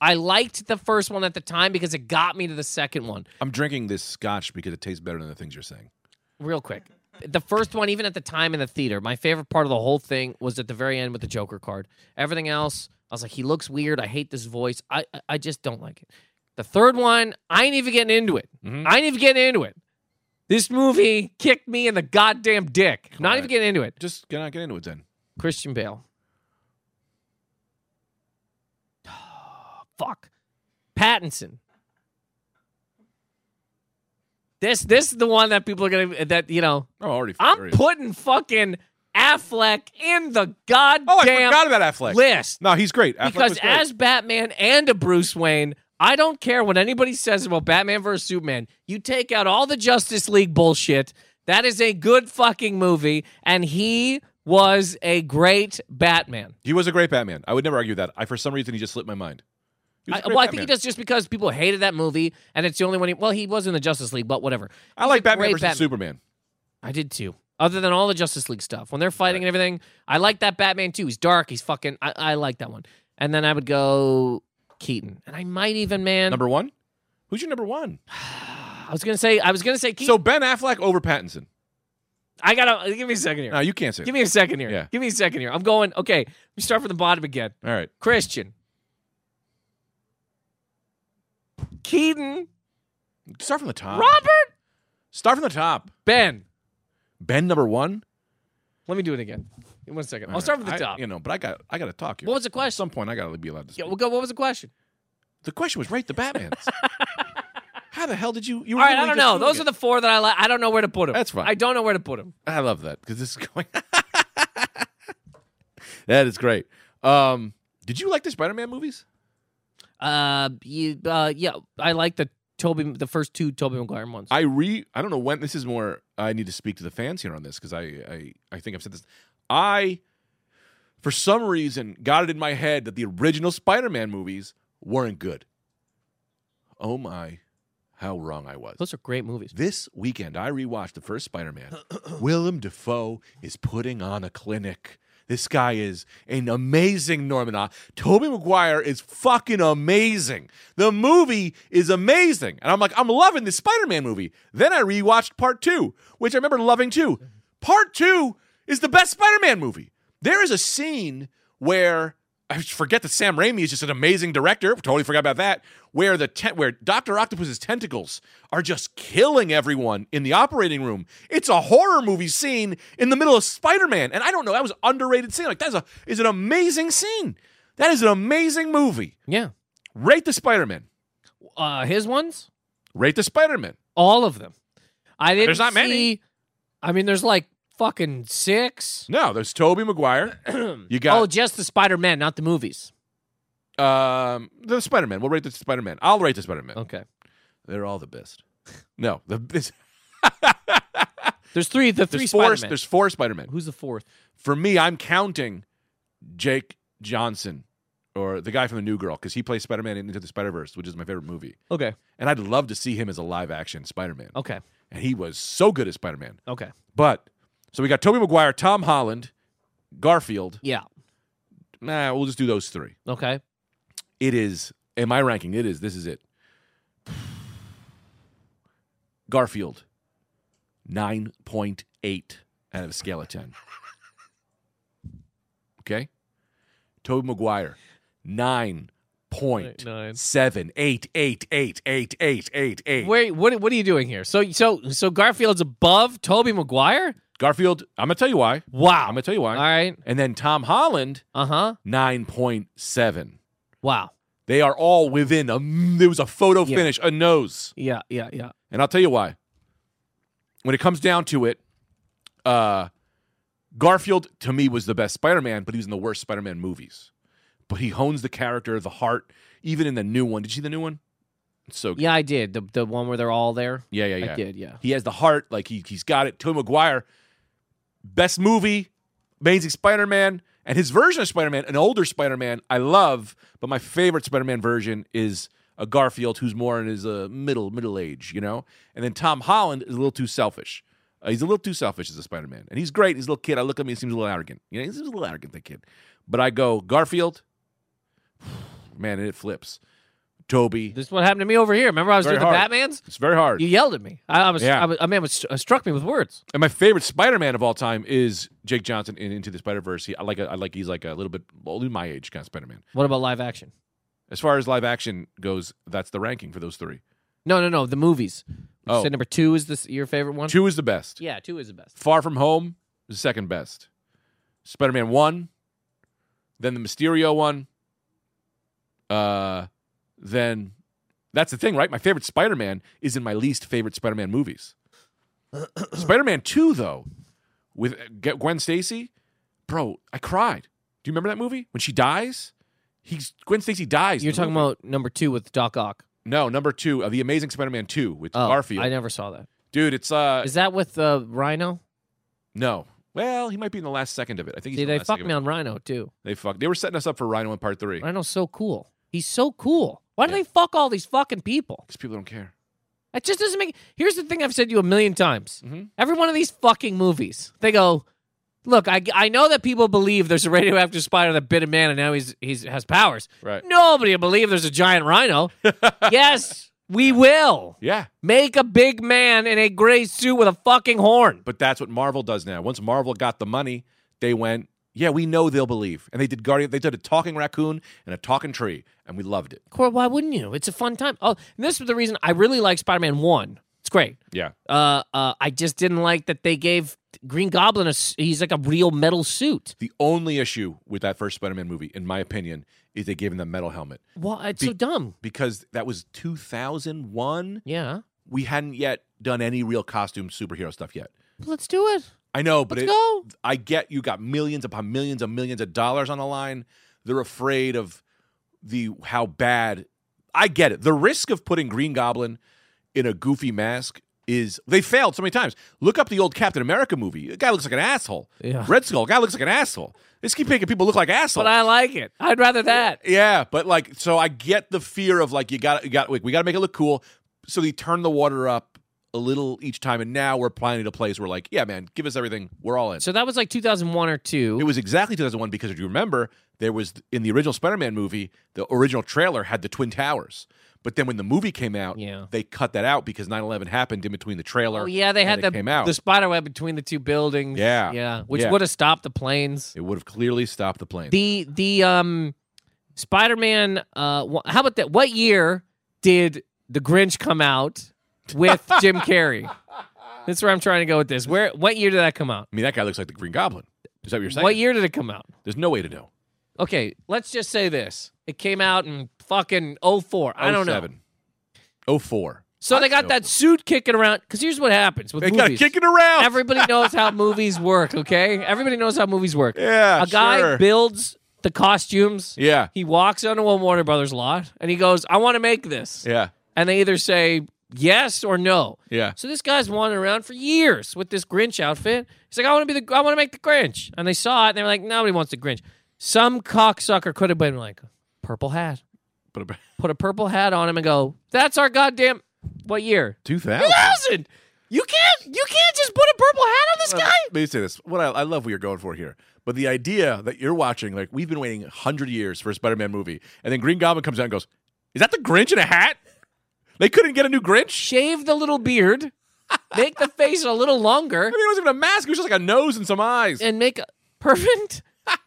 Speaker 3: I liked the first one at the time because it got me to the second one.
Speaker 2: I'm drinking this scotch because it tastes better than the things you're saying.
Speaker 3: Real quick. The first one, even at the time in the theater, my favorite part of the whole thing was at the very end with the Joker card. Everything else, I was like, he looks weird. I hate this voice. I I- I just don't like it. The third one, I ain't even getting into it.
Speaker 2: Mhm.
Speaker 3: I ain't even getting into it. This movie kicked me in the goddamn dick. Not
Speaker 2: Alright.
Speaker 3: even getting into it.
Speaker 2: Just gonna get into it then.
Speaker 3: Christian Bale. [sighs] Fuck. Pattinson. This this is the one that people are gonna that you know
Speaker 2: Oh, already.
Speaker 3: I'm
Speaker 2: furious.
Speaker 3: putting fucking Affleck in the goddamn
Speaker 2: oh, I forgot about Affleck.
Speaker 3: list
Speaker 2: No, he's great. Affleck
Speaker 3: because
Speaker 2: was great.
Speaker 3: as Batman and a Bruce Wayne, I don't care what anybody says about Batman versus Superman. You take out all the Justice League bullshit. That is a good fucking movie, and he was a great Batman.
Speaker 2: he was a great Batman. I would never argue that. I for some reason he just slipped my mind. He was
Speaker 3: I,
Speaker 2: a great
Speaker 3: well, I think he
Speaker 2: Batman.
Speaker 3: does just because people hated that movie, and it's the only one. He, well, he was in the Justice League, but whatever.
Speaker 2: I like
Speaker 3: He's a
Speaker 2: Batman
Speaker 3: great
Speaker 2: versus Superman.
Speaker 3: I did too. Other than all the Justice League stuff, when they're fighting and everything, I like that Batman too. He's dark. He's fucking. I, I like that one. And then I would go Keaton, and I might even man.
Speaker 2: Number one. Who's your number one?
Speaker 3: I was gonna say. I was gonna say Keaton.
Speaker 2: So Ben Affleck over Pattinson.
Speaker 3: I gotta uh, give me a second here.
Speaker 2: No, you can't say.
Speaker 3: Give me a second here.
Speaker 2: Yeah.
Speaker 3: Give me a second here. I'm going. Okay, let me start from the bottom again.
Speaker 2: that. All right.
Speaker 3: Christian, Keaton,
Speaker 2: Start from the top.
Speaker 3: Robert,
Speaker 2: Start from the top.
Speaker 3: Ben.
Speaker 2: Ben number one.
Speaker 3: Let me do it again. One second. I'll
Speaker 2: All
Speaker 3: start
Speaker 2: right.
Speaker 3: from the
Speaker 2: I-
Speaker 3: top.
Speaker 2: you know, but I got I got to talk here.
Speaker 3: What was the
Speaker 2: At
Speaker 3: question?
Speaker 2: some point, I got to be allowed to.
Speaker 3: Yeah,
Speaker 2: Speak.
Speaker 3: we'll go. What was the question? [laughs]
Speaker 2: The question was right. The Batman's. How the hell did you? you
Speaker 3: All right, I don't know. Those are the four that I like. I don't know where to put them.
Speaker 2: That's fine.
Speaker 3: I don't know where to put them.
Speaker 2: I love that because this is [laughs] going. that is great. Um, did you like the Spider-Man movies?
Speaker 3: Uh, you, uh, yeah, I like the Toby, the first two Toby Maguire ones.
Speaker 2: I re I don't know when this is more I need to speak to the fans here on this because I, I I think I've said this. I for some reason got it in my head that the original Spider-Man movies weren't good. Oh my, how wrong I was.
Speaker 3: Those are great movies.
Speaker 2: This weekend, I rewatched the first Spider Man. Willem Dafoe is putting on a clinic. This guy is an amazing Norman. Ah. Toby Maguire is fucking amazing. The movie is amazing. And I'm like, I'm loving this Spider Man movie. Then I rewatched part two, which I remember loving too. Part two is the best Spider Man movie. There is a scene where I just forget that Sam Raimi is just an amazing director. Totally forgot about that. Where the ten- where Doctor Octopus's tentacles are just killing everyone in the operating room. It's a horror movie scene in the middle of Spider Man, and I don't know that was an underrated scene. Like that's a is an amazing scene. That is an amazing movie.
Speaker 3: Yeah.
Speaker 2: Rate the Spider Man.
Speaker 3: Uh, his ones,
Speaker 2: Rate the Spider Man.
Speaker 3: all of them. I didn't.
Speaker 2: There's not
Speaker 3: see,
Speaker 2: many.
Speaker 3: I mean, there's like fucking six.
Speaker 2: No, there's Toby Maguire.
Speaker 3: [clears throat]
Speaker 2: you got
Speaker 3: Oh, just the Spider Man, not the movies.
Speaker 2: um the Spider Man. We'll rate the Spider Man. I'll rate the Spider Man.
Speaker 3: Okay.
Speaker 2: They're all the best. No, the this,
Speaker 3: There's three. The three
Speaker 2: there's four.
Speaker 3: Spider Man.
Speaker 2: There's four Spider Man.
Speaker 3: Who's the fourth?
Speaker 2: for me, I'm counting Jake Johnson or the guy from the New Girl because he plays Spider Man in Into the Spider Verse, which is my favorite movie.
Speaker 3: Okay.
Speaker 2: And I'd love to see him as a live action Spider Man.
Speaker 3: Okay.
Speaker 2: And he was so good as Spider Man.
Speaker 3: Okay.
Speaker 2: But so we got Tobey Maguire, Tom Holland, Garfield.
Speaker 3: Yeah.
Speaker 2: Nah, we'll just do those three.
Speaker 3: Okay.
Speaker 2: It is, in my ranking, it is, this is it. [sighs] Garfield, 9.8 out of a scale of 10. Okay? Tobey Maguire, 9.78888888.
Speaker 3: Where? What? What are you doing here? So, so, so Garfield's above Toby Maguire.
Speaker 2: Garfield, I'm going to tell you why.
Speaker 3: Wow.
Speaker 2: I'm going to tell you why.
Speaker 3: All right.
Speaker 2: And then Tom Holland,
Speaker 3: Uh huh.
Speaker 2: 9.7.
Speaker 3: Wow.
Speaker 2: They are all within a. There was a photo
Speaker 3: Yeah.
Speaker 2: finish, a nose.
Speaker 3: Yeah. Yeah. Yeah.
Speaker 2: And I'll tell you why. When it comes down to it, uh, Garfield to me was the best Spider-Man, but he was in the worst Spider-Man movies. But he hones the character, the heart, even in the new one. Did you see the new one? It's so good.
Speaker 3: Yeah, I did. The the one where they're all there.
Speaker 2: Yeah, yeah, yeah.
Speaker 3: I did. Yeah.
Speaker 2: He has the heart, like he he's got it. Tobey Maguire, best movie, Amazing Spider-Man, and his version of Spider-Man, an older Spider-Man, I love. But my favorite Spider-Man version is a Garfield who's more in his uh, middle middle age, you know. And then Tom Holland is a little too selfish. Uh, he's a little too selfish as a Spider-Man, and he's great. He's a little kid. I look at him, he seems a little arrogant. You know, he seems a little arrogant, that kid. But I go Garfield, [sighs] man, and it flips. Toby,
Speaker 3: This is what happened to me over here. Remember, I was
Speaker 2: Very
Speaker 3: doing
Speaker 2: hard.
Speaker 3: the Batman's.
Speaker 2: it's very hard.
Speaker 3: You yelled at me. I, I was.
Speaker 2: Yeah.
Speaker 3: I was. I mean, it was, it struck me with words.
Speaker 2: And my favorite Spider-Man of all time is Jake Johnson in Into the Spider-Verse. He, I like, a, I like, he's like a little bit older, than my age kind of Spider-Man.
Speaker 3: What about live action?
Speaker 2: As far as live action goes, that's the ranking for those three.
Speaker 3: No, no, no. The movies. You
Speaker 2: Oh.
Speaker 3: said number two is this your favorite one?
Speaker 2: Two is the best.
Speaker 3: Yeah, two is the best.
Speaker 2: Far From Home is the second best. Spider-Man one, then the Mysterio one, uh, then that's the thing, right? My favorite Spider-Man is in my least favorite Spider-Man movies. Spider-Man two, though, with uh, G- Gwen Stacy, bro, I cried. Do you remember that movie when she dies? He's Gwen Stacy dies. in
Speaker 3: You're
Speaker 2: the
Speaker 3: talking
Speaker 2: movie.
Speaker 3: about number two with Doc Ock.
Speaker 2: no number two, uh, the Amazing Spider-Man two with
Speaker 3: Oh,
Speaker 2: Garfield.
Speaker 3: I never saw that.
Speaker 2: Dude, it's uh
Speaker 3: Is that with uh, Rhino?
Speaker 2: no. Well, he might be in the last second of it. I think he's
Speaker 3: See,
Speaker 2: in the
Speaker 3: they
Speaker 2: last
Speaker 3: fucked
Speaker 2: second
Speaker 3: me
Speaker 2: of it.
Speaker 3: on Rhino too.
Speaker 2: They fucked. They were setting us up for Rhino in part three.
Speaker 3: Rhino's so cool. He's so cool. Why do
Speaker 2: Yeah.
Speaker 3: they fuck all these fucking people?
Speaker 2: Because people don't care.
Speaker 3: That just doesn't make. Here's the thing I've said to you a million times.
Speaker 2: Mhm.
Speaker 3: Every one of these fucking movies, they go, "Look, I, I know that people believe there's a radioactive spider that bit a man and now he's he's has powers.
Speaker 2: Right.
Speaker 3: Nobody will believe there's a
Speaker 2: [laughs]
Speaker 3: giant rhino. yes, we will
Speaker 2: Yeah.
Speaker 3: make a big man in a gray suit with a fucking horn.
Speaker 2: But that's what Marvel does now. Once Marvel got the money, they went, yeah, we know they'll believe. And they did Guardian. They did a talking raccoon and a talking tree, and we loved it.
Speaker 3: Cor, why wouldn't you? It's a fun time. Oh, and this is the reason I really like Spider Man One. It's great.
Speaker 2: Yeah.
Speaker 3: Uh, uh, I just didn't like that they gave Green Goblin a. s- He's like a real metal suit.
Speaker 2: The only issue with that first Spider-Man movie, in my opinion, is they gave him the metal helmet
Speaker 3: Why? It's
Speaker 2: Be-
Speaker 3: so dumb.
Speaker 2: because that was 2001.
Speaker 3: Yeah.
Speaker 2: We hadn't yet done any real costume superhero stuff yet.
Speaker 3: Let's do it.
Speaker 2: I know, but
Speaker 3: Let's
Speaker 2: it,
Speaker 3: go.
Speaker 2: I get you got millions upon millions and millions of dollars on the line. They're afraid of the how bad. I get it. The risk of putting Green Goblin in a goofy mask is they failed so many times. Look up the old Captain America movie. The guy looks like an
Speaker 3: [laughs]
Speaker 2: asshole.
Speaker 3: Yeah.
Speaker 2: Red Skull. Guy looks like an asshole. They just keep making people look like assholes.
Speaker 3: But I like it. I'd rather that.
Speaker 2: yeah, but like, so I get the fear of like you got you got like, we got to make it look cool. So they turn the water up a little each time, and now we're planning a place where like, yeah, man, give us everything. We're all in.
Speaker 3: So that was like 2001 or two.
Speaker 2: It was exactly 2001 because if you remember, there was in the original Spider-Man movie, the original trailer had the Twin Towers. But then when the movie came out,
Speaker 3: Yeah.
Speaker 2: they cut that out because 9/11 happened in between the trailer.
Speaker 3: oh yeah, they
Speaker 2: and
Speaker 3: had
Speaker 2: it
Speaker 3: the
Speaker 2: came out.
Speaker 3: the spider web between the two buildings.
Speaker 2: Yeah.
Speaker 3: Yeah. Which
Speaker 2: Yeah.
Speaker 3: would have stopped the planes.
Speaker 2: it would have clearly stopped the plane.
Speaker 3: The the um, Spider Man. Uh, wh- how about that? What year did the Grinch come out with
Speaker 2: [laughs]
Speaker 3: Jim Carrey? That's where I'm trying to go with this. Where? What year did that come out?
Speaker 2: I mean, that guy looks like the Green Goblin. Is that what you're saying?
Speaker 3: What year did it come out?
Speaker 2: There's no way to know.
Speaker 3: Okay, let's just say this. It came out in fucking 04. I don't know.
Speaker 2: 07. 04.
Speaker 3: So they got that suit kicking around. Because here's what happens with
Speaker 2: They got
Speaker 3: movies.
Speaker 2: kicking around. [laughs]
Speaker 3: Everybody knows how movies work, okay? Everybody knows how movies work.
Speaker 2: yeah,
Speaker 3: a guy
Speaker 2: sure.
Speaker 3: builds the costumes.
Speaker 2: yeah,
Speaker 3: He walks onto a Warner Brothers lot and he goes, I want to make this.
Speaker 2: yeah,
Speaker 3: And they either say yes or no.
Speaker 2: yeah.
Speaker 3: So this guy's wandering around for years with this Grinch outfit. He's like, I want to be the, I want to make the Grinch. And they saw it, and they were like, nobody wants the Grinch. Some cocksucker could have been like, purple hat,
Speaker 2: But about
Speaker 3: put a purple hat on him, and go, that's our goddamn what year?
Speaker 2: 2000.
Speaker 3: Thousand. You can't, you can't just put a purple hat on this
Speaker 2: Well,
Speaker 3: guy.
Speaker 2: Uh, Let me say this. What I, I love what you're going for here, but the idea that you're watching, like we've been waiting hundred years for a Spider-Man movie, and then Green Goblin comes out and goes, "Is that the Grinch in a hat?" They couldn't get a new Grinch.
Speaker 3: Shave the little beard, make the face a little longer,
Speaker 2: I mean, it wasn't even a mask. It was just like a nose and some eyes.
Speaker 3: and make a perfect.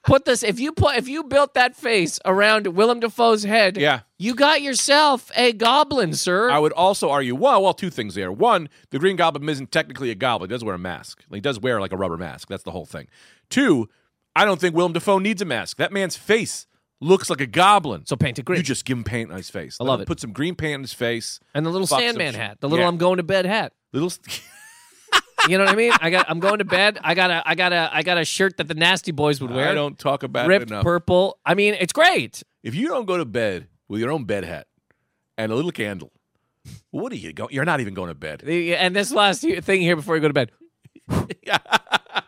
Speaker 3: Put this if you put if you built that face around Willem Dafoe's head,
Speaker 2: Yeah.
Speaker 3: you got yourself a goblin, sir.
Speaker 2: I would also argue, well, well, two things there. One, the Green Goblin isn't technically a goblin; he does wear a mask. He does wear like a rubber mask. That's the whole thing. Two, I don't think Willem Dafoe needs a mask. That man's face looks like a goblin.
Speaker 3: So paint a
Speaker 2: you
Speaker 3: Grinch.
Speaker 2: just give him paint on his face. I
Speaker 3: love it.
Speaker 2: Put some green paint on his face.
Speaker 3: and the little
Speaker 2: fuck some
Speaker 3: Sandman
Speaker 2: shit.
Speaker 3: hat, the little
Speaker 2: Yeah.
Speaker 3: I'm going to bed hat.
Speaker 2: Little. [laughs]
Speaker 3: You know what I mean? I got I'm going to bed. I got a I got a I got a shirt that the nasty boys would wear.
Speaker 2: I don't talk about it
Speaker 3: ripped
Speaker 2: enough.
Speaker 3: purple. I mean, it's great.
Speaker 2: if you don't go to bed with your own bed hat and a little candle, what are you going? You're not even going to bed.
Speaker 3: The- And this last he- thing here before you go
Speaker 2: [laughs]
Speaker 3: to bed.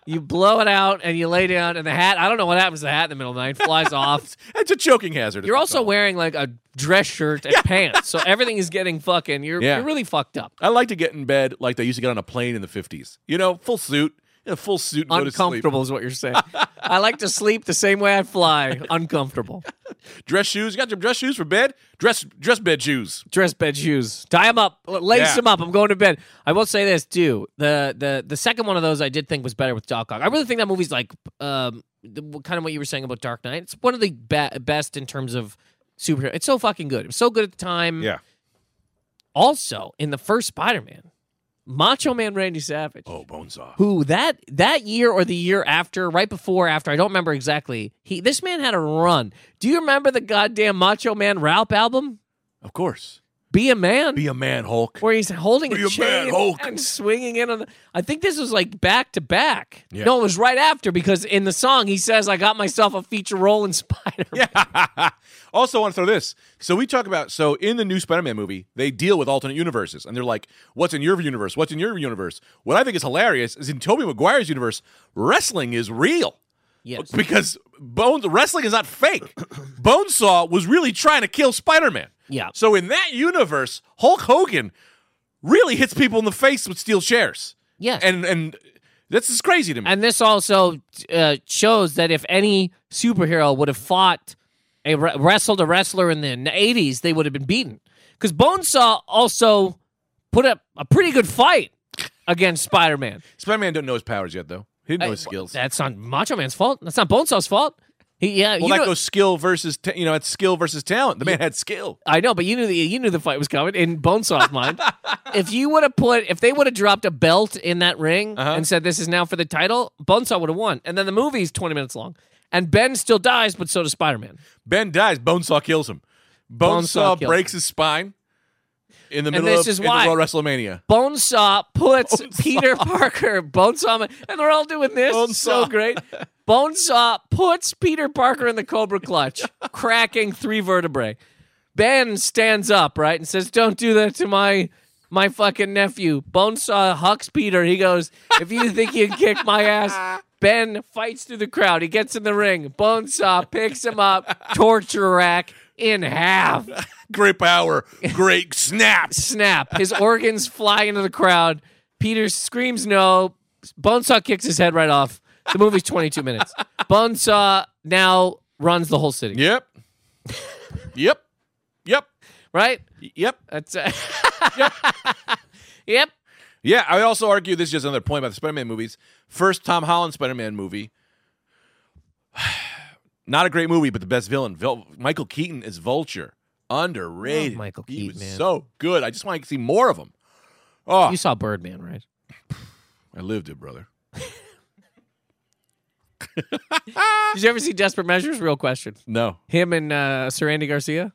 Speaker 3: you blow it out and you lay down and the hat, I don't know what happens to the hat in the middle of the
Speaker 2: [laughs]
Speaker 3: night, flies off.
Speaker 2: It's a choking hazard.
Speaker 3: You're
Speaker 2: That's
Speaker 3: also
Speaker 2: all.
Speaker 3: wearing like a dress shirt and pants. So everything is getting fucking you're
Speaker 2: Yeah.
Speaker 3: you're really fucked up.
Speaker 2: I like to get in bed like they used to get on a plane in the 50s. You know, full suit, in a full suit, and go to sleep.
Speaker 3: Uncomfortable is what you're saying. I like to sleep the same way
Speaker 2: [laughs]
Speaker 3: I fly, uncomfortable.
Speaker 2: Dress shoes. You got your dress shoes for bed. Dress dress bed shoes.
Speaker 3: dress bed shoes. Tie them up, l- lace
Speaker 2: Yeah.
Speaker 3: them up. I'm going to bed. I will say this too. The the the second one of those I did think was better with Doc Ock. I really think that movie's like um the, what- kind of what you were saying about Dark Knight. It's one of the be- best in terms of superhero. It's so fucking good. It was so good at the time. Also in the first Spider Man, Macho Man Randy Savage.
Speaker 2: Oh, bone saw.
Speaker 3: Who that that year or the year after, right before, after I don't remember exactly. He this man had a run. Do you remember the goddamn Macho Man Ralph album?
Speaker 2: Of course.
Speaker 3: Be a man
Speaker 2: Be a man, Hulk.
Speaker 3: where he's holding
Speaker 2: Be
Speaker 3: a
Speaker 2: a
Speaker 3: chain
Speaker 2: man, Hulk.
Speaker 3: and swinging in on the. I think this was like back to back.
Speaker 2: Yeah.
Speaker 3: No, it was right after because in the song he says, "I got myself a feature role in [laughs] Spider." man
Speaker 2: Yeah. [laughs] also, want to throw this. So we talk about so in the new Spider-Man movie, they deal with alternate universes, and they're like, "What's in your universe? What's in your universe?" What I think is hilarious is in Tobey Maguire's universe, wrestling is real
Speaker 3: Yes.
Speaker 2: because Bones wrestling is not fake. Bonesaw was really trying to kill Spider-Man.
Speaker 3: Yeah.
Speaker 2: So in that universe, Hulk Hogan really hits people in the face with steel chairs.
Speaker 3: Yes.
Speaker 2: And and this is crazy to me.
Speaker 3: And this also uh, shows that if any superhero would have fought a wre- wrestled a wrestler in the '80s, they would have been beaten. Because Bonesaw also put up a pretty
Speaker 2: [laughs]
Speaker 3: good fight against Spider-Man.
Speaker 2: Spider-Man don't know his powers yet, though. He didn't know his skills.
Speaker 3: That's not Macho Man's fault. That's not Bonesaw's fault. He, yeah,
Speaker 2: Well,
Speaker 3: you
Speaker 2: that
Speaker 3: know,
Speaker 2: goes skill versus ta- you know it's skill versus talent. The man had skill.
Speaker 3: I know, but you knew the you knew the fight was coming in Bonesaw mind. if you would have put, if they would have dropped a belt in that ring
Speaker 2: Uh-huh.
Speaker 3: and said this is now for the title, Bonesaw would have won. And then the movie's twenty minutes long, and Ben still dies, but so does Spider Man.
Speaker 2: Ben dies. Bonesaw kills him. Bonesaw,
Speaker 3: Bonesaw kills
Speaker 2: breaks his spine in the
Speaker 3: And
Speaker 2: middle
Speaker 3: this
Speaker 2: of
Speaker 3: is
Speaker 2: in the
Speaker 3: why-
Speaker 2: Royal WrestleMania.
Speaker 3: Bonesaw puts Peter Parker, Bonesaw, and they're all doing this. So
Speaker 2: Bonesaw.
Speaker 3: great. Bonesaw puts Peter Parker in the Cobra Clutch, cracking three vertebrae. Ben stands up, right, and says, Don't do that to my my fucking nephew. Bonesaw hucks Peter. He goes, If you think you can kick my ass, Ben fights through the crowd. He gets in the ring. Bonesaw picks him up, torture rack in half
Speaker 2: Great
Speaker 3: [laughs]
Speaker 2: power. Great snaps.
Speaker 3: snap. His organs fly into the crowd. Peter screams no. Bonesaw kicks his head right off. The movie's 22 minutes. Bonesaw now runs the whole city,
Speaker 2: Yep. yep. Yep.
Speaker 3: right?
Speaker 2: Yep.
Speaker 3: That's uh, [laughs] yep.
Speaker 2: Yeah, I would also argue this is just another point about the Spider-Man movies. First Tom Holland Spider-Man movie. [sighs] Not a great movie, but the best villain. Vil- Michael Keaton is Vulture. Underrated.
Speaker 3: Love Oh, Michael
Speaker 2: He
Speaker 3: Keaton,
Speaker 2: was
Speaker 3: man.
Speaker 2: so good. I just want to see more of him. Oh,
Speaker 3: You saw Birdman, right?
Speaker 2: I lived it, brother.
Speaker 3: Did you ever see Desperate Measures? Real question.
Speaker 2: No,
Speaker 3: Him and uh, Sir Andy Garcia.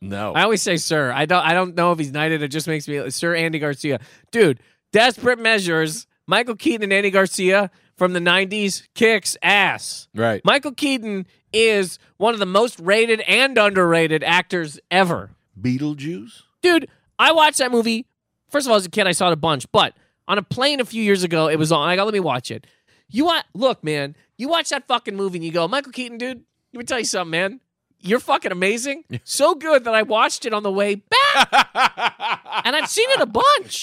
Speaker 2: no.
Speaker 3: I always say Sir. I don't. I don't know if he's knighted. It just makes me Sir Andy Garcia, dude. Desperate Measures. Michael Keaton and Andy Garcia from the 90s kicks ass.
Speaker 2: right.
Speaker 3: Michael Keaton is one of the most rated and underrated actors ever.
Speaker 2: Beetlejuice?
Speaker 3: Dude, I watched that movie. First of all, as a kid, I saw it a bunch, but on a plane a few years ago, it was on. I go, let me watch it. You want, look, man, you watch that fucking movie and you go, Michael Keaton, dude, let me tell you something, man. You're fucking amazing. So good that I watched it on the way back. and I've seen it a bunch.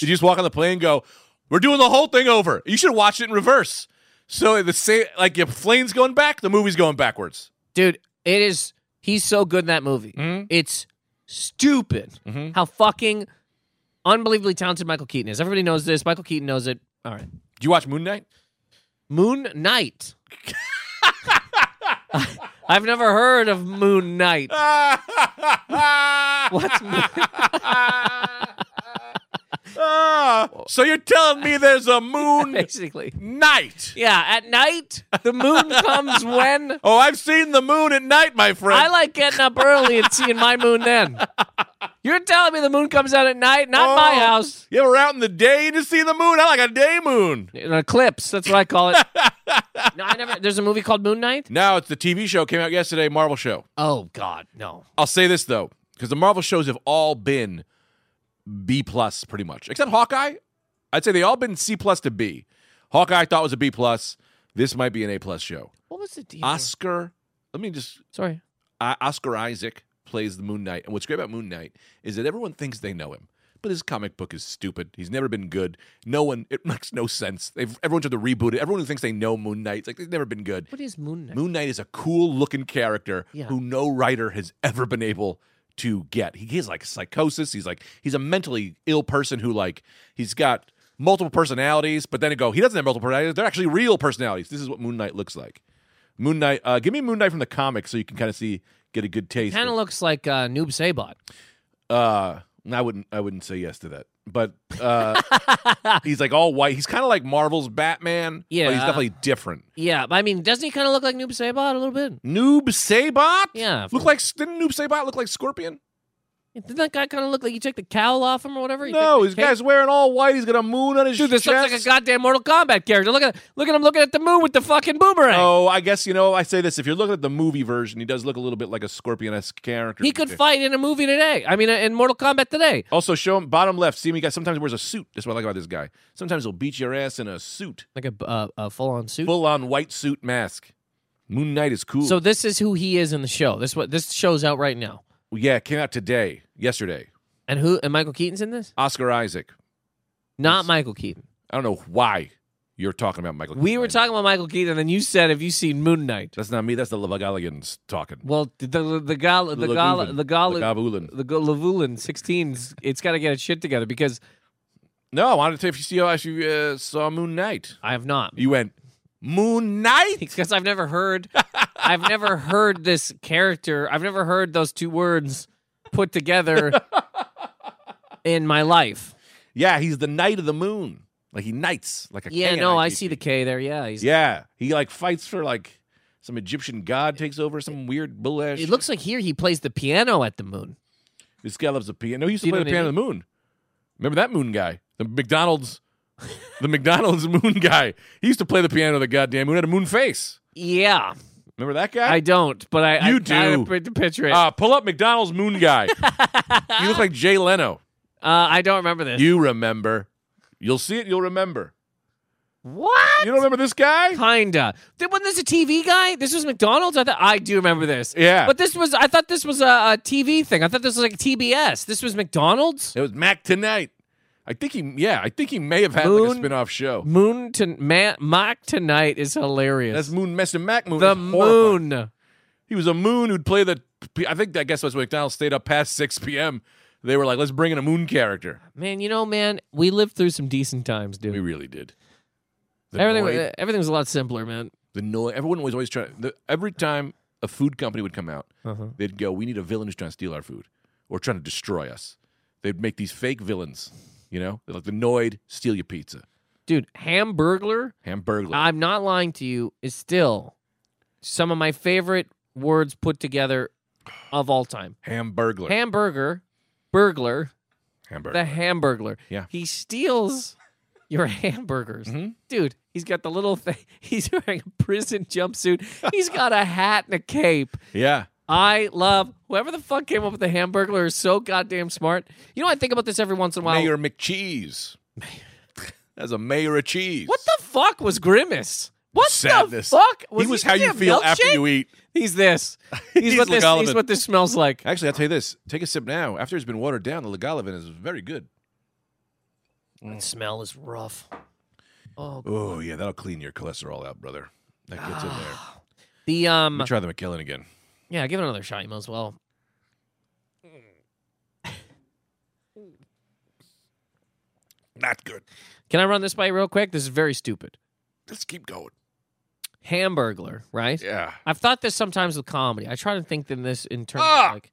Speaker 2: [laughs] [laughs] Did you just walk on the plane and go, we're doing the whole thing over? You should watch it in reverse. So the same, like if plane's going back, the movie's going backwards.
Speaker 3: dude it is he's so good in that movie it's stupid
Speaker 2: Mhm.
Speaker 3: how fucking unbelievably talented michael keaton is everybody knows this michael keaton knows it all right
Speaker 2: Did you watch Moon Knight?
Speaker 3: moon knight [laughs] i've never heard of moon [laughs] knight
Speaker 2: [laughs]
Speaker 3: what's moon
Speaker 2: Ah, so you're telling me there's a
Speaker 3: [laughs]
Speaker 2: moon
Speaker 3: basically
Speaker 2: night?
Speaker 3: yeah at night the moon comes when
Speaker 2: Oh, I've seen the moon at night, my friend.
Speaker 3: I like getting up early and seeing my moon then. You're telling me the moon comes out at night, not my
Speaker 2: Oh.
Speaker 3: house.
Speaker 2: you ever out in the day to see the moon? I like a day moon.
Speaker 3: An eclipse. That's what I call it.
Speaker 2: [laughs]
Speaker 3: no, I never. There's a movie called Moon Knight.
Speaker 2: Now it's the TV show came out yesterday, Marvel show.
Speaker 3: Oh God, no.
Speaker 2: I'll say this though, because the Marvel shows have all been B plus pretty much, except Hawkeye. I'd say they all been C plus to B. Hawkeye I thought was a B plus. This might be an A plus show.
Speaker 3: What was the deal?
Speaker 2: Oscar, let me just
Speaker 3: Sorry.
Speaker 2: I Oscar Isaac plays the Moon Knight, and what's great about Moon Knight is that everyone thinks they know him, but his comic book is stupid. He's never been good. No one, it [laughs] makes no sense. They've everyone tried to reboot it. Everyone who thinks they know Moon Knight, it's like they've never been good.
Speaker 3: What is Moon Knight?
Speaker 2: Moon Knight is a cool looking character
Speaker 3: Yeah.
Speaker 2: who no writer has ever been able to get. He has like psychosis. He's like he's a mentally ill person who like he's got multiple personalities, but then it go, he doesn't have multiple personalities. They're actually real personalities. This is what Moon Knight looks like. Moon Knight, uh, give me Moon Knight from the comics so you can kind of see get a good taste.
Speaker 3: Kind of looks like uh, Noob Saibot.
Speaker 2: Uh, I wouldn't. I wouldn't say yes to that. But
Speaker 3: [laughs]
Speaker 2: uh, he's like all white. He's kind of like Marvel's Batman. but he's
Speaker 3: Yeah.
Speaker 2: definitely different.
Speaker 3: Yeah, but I mean, doesn't he kind of look like Noob Saibot a little bit?
Speaker 2: Noob Sabot.
Speaker 3: Yeah.
Speaker 2: Look like didn't Noob Sabot look like Scorpion?
Speaker 3: Didn't that guy kind of look like you took the cowl off him or whatever? You
Speaker 2: No,
Speaker 3: took
Speaker 2: this
Speaker 3: the cape-
Speaker 2: guy's wearing all white. He's got a moon on his
Speaker 3: Dude, this
Speaker 2: chest.
Speaker 3: looks like a goddamn Mortal Kombat character. Look at look at him looking at the moon with the fucking boomerang.
Speaker 2: Oh, I guess you know. I say this if you're looking at the movie version, he does look a little bit like a Scorpion-esque character.
Speaker 3: he could fight in a movie today. I mean, in Mortal Kombat today.
Speaker 2: Also, show him bottom left. See him. He got sometimes wears a suit. That's what I like about this guy. Sometimes he'll beat your ass in a suit,
Speaker 3: Like a, uh, a full on suit.
Speaker 2: full on white suit mask. Moon Knight is cool.
Speaker 3: So this is who he is in the show. This what this show's out right now.
Speaker 2: yeah, it came out today, yesterday.
Speaker 3: And who and Michael Keaton's in this?
Speaker 2: Oscar Isaac.
Speaker 3: Not Michael Keaton.
Speaker 2: I don't know why you're talking about Michael.
Speaker 3: We
Speaker 2: Keaton
Speaker 3: were
Speaker 2: right now.
Speaker 3: talking about Michael Keaton, and then you said, "Have you seen Moon Knight?"
Speaker 2: That's not me. That's the Lavagallians talking.
Speaker 3: Well, the the the gal the gal
Speaker 2: Lagavulin.
Speaker 3: the gal
Speaker 2: Lagavulin.
Speaker 3: the gal- Lavulin 16s. It's got to get its shit together because
Speaker 2: No, I wanted to if you see if you uh, saw Moon Knight.
Speaker 3: I have not.
Speaker 2: You went Moon Knight.
Speaker 3: [laughs] because I've never heard I've never heard this character. I've never heard those two words
Speaker 2: [laughs]
Speaker 3: put together in my life.
Speaker 2: Yeah, he's the Knight of the Moon. Like he knights. Like a
Speaker 3: Yeah,
Speaker 2: K
Speaker 3: no,
Speaker 2: N I
Speaker 3: I
Speaker 2: G H T.
Speaker 3: see the K there. Yeah, he's,
Speaker 2: Yeah, he like fights for like some Egyptian god takes over some weird bullish.
Speaker 3: it looks like here he plays the piano at the moon.
Speaker 2: This guy loves the piano. He used to
Speaker 3: You
Speaker 2: play
Speaker 3: know
Speaker 2: the
Speaker 3: what I
Speaker 2: piano on the moon. Remember that moon guy? The McDonald's, the McDonald's [laughs] moon guy. He used to play the piano. on The goddamn moon had a moon face.
Speaker 3: Yeah,
Speaker 2: Remember that guy?
Speaker 3: I don't, but I
Speaker 2: You
Speaker 3: I, kinda
Speaker 2: do.
Speaker 3: put the picture it. Uh,
Speaker 2: Uh, pull up McDonald's moon
Speaker 3: [laughs]
Speaker 2: guy. you look like Jay Leno.
Speaker 3: Uh, I don't remember
Speaker 2: [laughs]
Speaker 3: this.
Speaker 2: You remember. You'll see it. You'll remember.
Speaker 3: what?
Speaker 2: You don't remember this guy?
Speaker 3: Kinda. Then wasn't this a TV guy? This was McDonald's. I thought I do remember this.
Speaker 2: Yeah.
Speaker 3: but this was I thought this was a, a TV thing. I thought this was like TBS. This was McDonald's.
Speaker 2: It was Mac Tonight. I think he. Yeah, I think he may have had like a
Speaker 3: Moon-
Speaker 2: spin-off show.
Speaker 3: Moon to Ma- Mock tonight is hilarious.
Speaker 2: That's Moon Messing Mac Moon.
Speaker 3: the
Speaker 2: It's horrifying.
Speaker 3: moon.
Speaker 2: He was a moon who'd play the. I think I guess that's why McDonald stayed up past six p.m. They were like, let's bring in a moon character.
Speaker 3: Man, you know, man, we lived through some decent times,
Speaker 2: We
Speaker 3: dude.
Speaker 2: really did. The
Speaker 3: Everything,
Speaker 2: noise,
Speaker 3: uh, everything was a lot simpler, man.
Speaker 2: the noise. Everyone was always trying. The, every time a food company would come out,
Speaker 3: Uh-huh.
Speaker 2: they'd go, "We need a villain who's trying to steal our food or trying to destroy us." They'd make these fake villains. You know, They're like the Noid, steal your pizza,
Speaker 3: Dude, Hamburglar,
Speaker 2: Hamburglar.
Speaker 3: I'm not lying to you, is still some of my favorite words put together of all time.
Speaker 2: Hamburglar.
Speaker 3: Hamburger, burglar,
Speaker 2: Hamburglar.
Speaker 3: the Hamburglar.
Speaker 2: Yeah.
Speaker 3: He steals your hamburgers.
Speaker 2: Mhm.
Speaker 3: Dude, he's got the little thing. [laughs] He's wearing a prison jumpsuit. He's got a hat and a cape.
Speaker 2: yeah.
Speaker 3: I love whoever the fuck came up with the hamburger is so goddamn smart. You know, I think about this every once in a while.
Speaker 2: Mayor McCheese. [laughs] That's a mayor of cheese.
Speaker 3: What the fuck was Grimace? What
Speaker 2: Sadness.
Speaker 3: the fuck? Was
Speaker 2: he was
Speaker 3: he
Speaker 2: how you
Speaker 3: getting a
Speaker 2: feel after
Speaker 3: milkshake?
Speaker 2: you eat. [laughs]
Speaker 3: He's this. He's,
Speaker 2: He's
Speaker 3: what this.
Speaker 2: Lagavulin.
Speaker 3: He's what this smells like.
Speaker 2: Actually, I'll tell you this. Take a sip now. After it's been watered down, the Lagavulin is very good. Mm.
Speaker 3: That Mm. smell is rough. Oh,
Speaker 2: Oh, yeah, that'll clean your cholesterol out, brother. That gets in there.
Speaker 3: Ah. the
Speaker 2: Let me
Speaker 3: um.
Speaker 2: try the McKellen again.
Speaker 3: Yeah, give it another shot. You might as well.
Speaker 2: Not good.
Speaker 3: Can I run this by you real quick? This is very stupid.
Speaker 2: Let's keep going.
Speaker 3: Hamburglar, right?
Speaker 2: Yeah.
Speaker 3: I've thought this sometimes with comedy. I try to think in this in terms
Speaker 2: Ah!
Speaker 3: of like,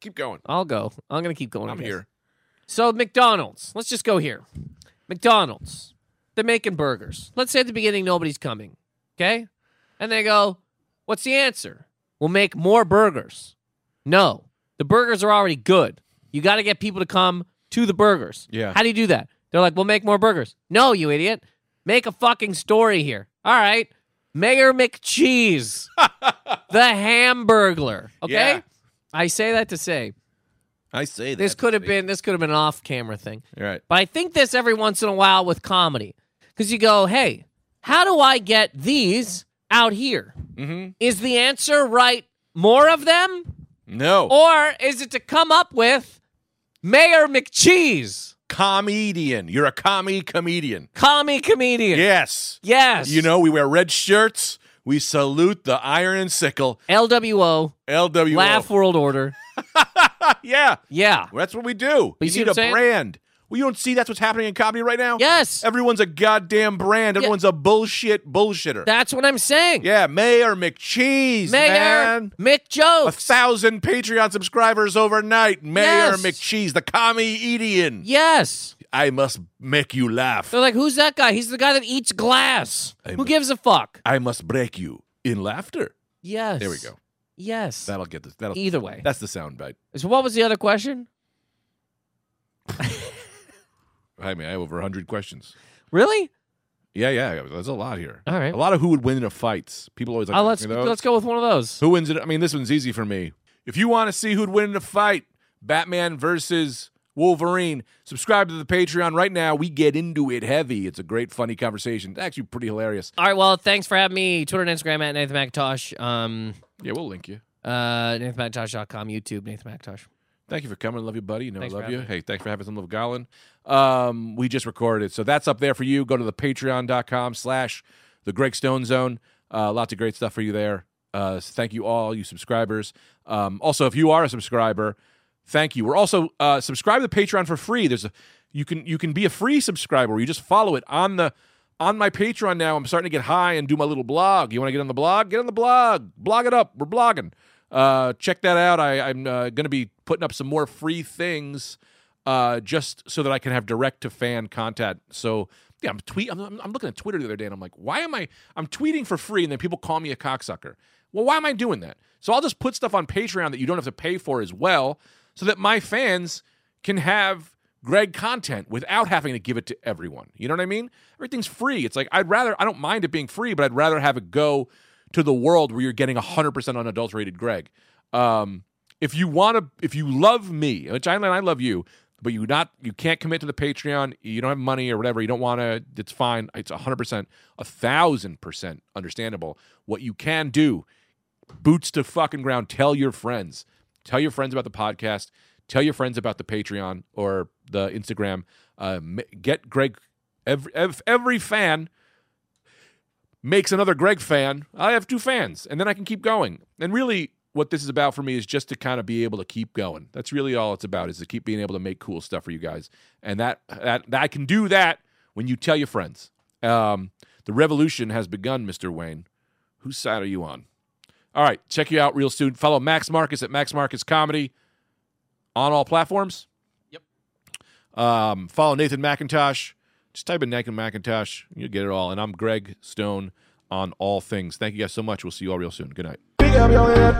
Speaker 2: Keep going.
Speaker 3: I'll go. I'm gonna keep going.
Speaker 2: I'm
Speaker 3: I guess.
Speaker 2: here.
Speaker 3: So McDonald's. Let's just go here. McDonald's. They're making burgers. Let's say at the beginning nobody's coming. Okay? And they go, What's the answer? We'll make more burgers. No. The burgers are already good. You gotta get people to come to the burgers.
Speaker 2: Yeah.
Speaker 3: How do you do that? They're like, We'll make more burgers. No, you idiot. Make a fucking story here. All right.
Speaker 2: [laughs]
Speaker 3: Mayor McCheese. the hamburglar. Okay?
Speaker 2: Yeah.
Speaker 3: I say that to say
Speaker 2: I say that.
Speaker 3: this could have been this could have been an off camera thing.
Speaker 2: All right.
Speaker 3: But I think this every once in a while with comedy. Because you go, hey, how do I get these out here?
Speaker 2: Mm-hmm.
Speaker 3: Is the answer right more of them?
Speaker 2: No.
Speaker 3: Or is it to come up with Mayor McCheese,
Speaker 2: Comedian. You're a commie comedian.
Speaker 3: commie comedian?
Speaker 2: Yes.
Speaker 3: Yes.
Speaker 2: You know, we wear red shirts. We salute the iron and sickle.
Speaker 3: LWO,
Speaker 2: LWO.
Speaker 3: Laugh World Order.
Speaker 2: yeah.
Speaker 3: Yeah.
Speaker 2: Well, that's what we do.
Speaker 3: But you
Speaker 2: you
Speaker 3: see
Speaker 2: need
Speaker 3: what I'm
Speaker 2: a
Speaker 3: saying?
Speaker 2: brand. Well, you don't see that's what's happening in comedy right now?
Speaker 3: Yes.
Speaker 2: Everyone's a goddamn brand. Everyone's a bullshit bullshitter.
Speaker 3: That's what I'm saying.
Speaker 2: yeah, Mayor McCheese,
Speaker 3: Mayor Oh.
Speaker 2: man.
Speaker 3: Mick
Speaker 2: A
Speaker 3: Jokes.
Speaker 2: thousand Patreon subscribers overnight. Mayor
Speaker 3: Yes.
Speaker 2: McCheese, the commie Edian.
Speaker 3: Yes.
Speaker 2: I must make you laugh.
Speaker 3: They're like, who's that guy? He's the guy that eats glass.
Speaker 2: I'm-
Speaker 3: Who gives a fuck?
Speaker 2: I must break you in laughter.
Speaker 3: Yes.
Speaker 2: There we go.
Speaker 3: Yes.
Speaker 2: That'll get this. That'll.
Speaker 3: Either way.
Speaker 2: That's the sound bite.
Speaker 3: So what was the other question?
Speaker 2: I mean, I have over hundred questions.
Speaker 3: Really?
Speaker 2: Yeah, yeah. There's a lot here.
Speaker 3: All right.
Speaker 2: A lot of who would win in a fight. People always like.
Speaker 3: Oh, let's
Speaker 2: you know?
Speaker 3: let's go with one of those.
Speaker 2: Who wins it? I mean, this one's easy for me. If you want to see who'd win in a fight, Batman versus Wolverine, subscribe to the Patreon right now. We get into it heavy. It's a great, funny conversation. It's actually pretty hilarious.
Speaker 3: All right. Well, thanks for having me. Twitter and Instagram at Nathan McIntosh. Um,
Speaker 2: Yeah, we'll link you.
Speaker 3: uh, NathanMcIntosh.com, YouTube, Nathan McIntosh.
Speaker 2: Thank you for coming. Love you, buddy. You know
Speaker 3: Thanks
Speaker 2: I
Speaker 3: for
Speaker 2: love you.
Speaker 3: having
Speaker 2: Hey, thanks for having some love, Gollin. Um, we just recorded, so that's up there for you. Go to the patreon.com slash the Greg Stone Zone. Uh, lots of great stuff for you there. Uh, so thank you all, you subscribers. Um, also, if you are a subscriber, thank you. We're also uh, subscribe to the Patreon for free. There's a you can you can be a free subscriber. You just follow it on the on my Patreon now. I'm starting to get high and do my little blog. You want to get on the blog? Get on the blog. Blog it up. We're blogging. Uh, check that out. I, I'm uh, going to be putting up some more free things uh, just so that I can have direct to fan content. So yeah, I'm tweet. I'm, I'm I'm looking at Twitter the other day, and I'm like, why am I? I'm tweeting for free, and then people call me a cocksucker. Well, why am I doing that? So I'll just put stuff on Patreon that you don't have to pay for as well, so that my fans can have Greg content without having to give it to everyone. You know what I mean? Everything's free. It's like I'd rather I don't mind it being free, but I'd rather have it go to the world where you're getting 100% unadulterated Greg. Um, if you want to, if you love me, which I and I love you, but you not you can't commit to the Patreon, you don't have money or whatever, you don't want to. It's fine. It's 100%, a thousand percent understandable. What you can do boots to fucking ground. Tell your friends. Tell your friends about the podcast. Tell your friends about the Patreon or the Instagram. Uh, m- get Greg. Every, ev- every fan makes another Greg fan. I have two fans, and then I can keep going. And really, what this is about for me is just to kind of be able to keep going. That's really all it's about is to keep being able to make cool stuff for you guys. And that that, that I can do that when you tell your friends. Um, the revolution has begun, Mister Wayne. Whose side are you on? All right, check you out real soon. Follow Max Marcus at Max Marcus Comedy on all platforms.
Speaker 4: Yep.
Speaker 2: Um, follow Nathan McIntosh. Just type in Nathan McIntosh, you'll get it all. And I'm Greg Stone on all things. Thank you guys so much. We'll see you all real soon. Good night.
Speaker 1: Pick up your head,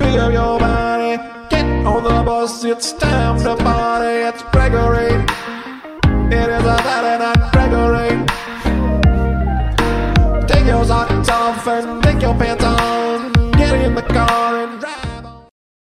Speaker 1: pick up your body. Get on the bus, it's time to party. It's Gregory. It is a Saturday night, Gregory. Take your socks off and take your pants on. Get in the car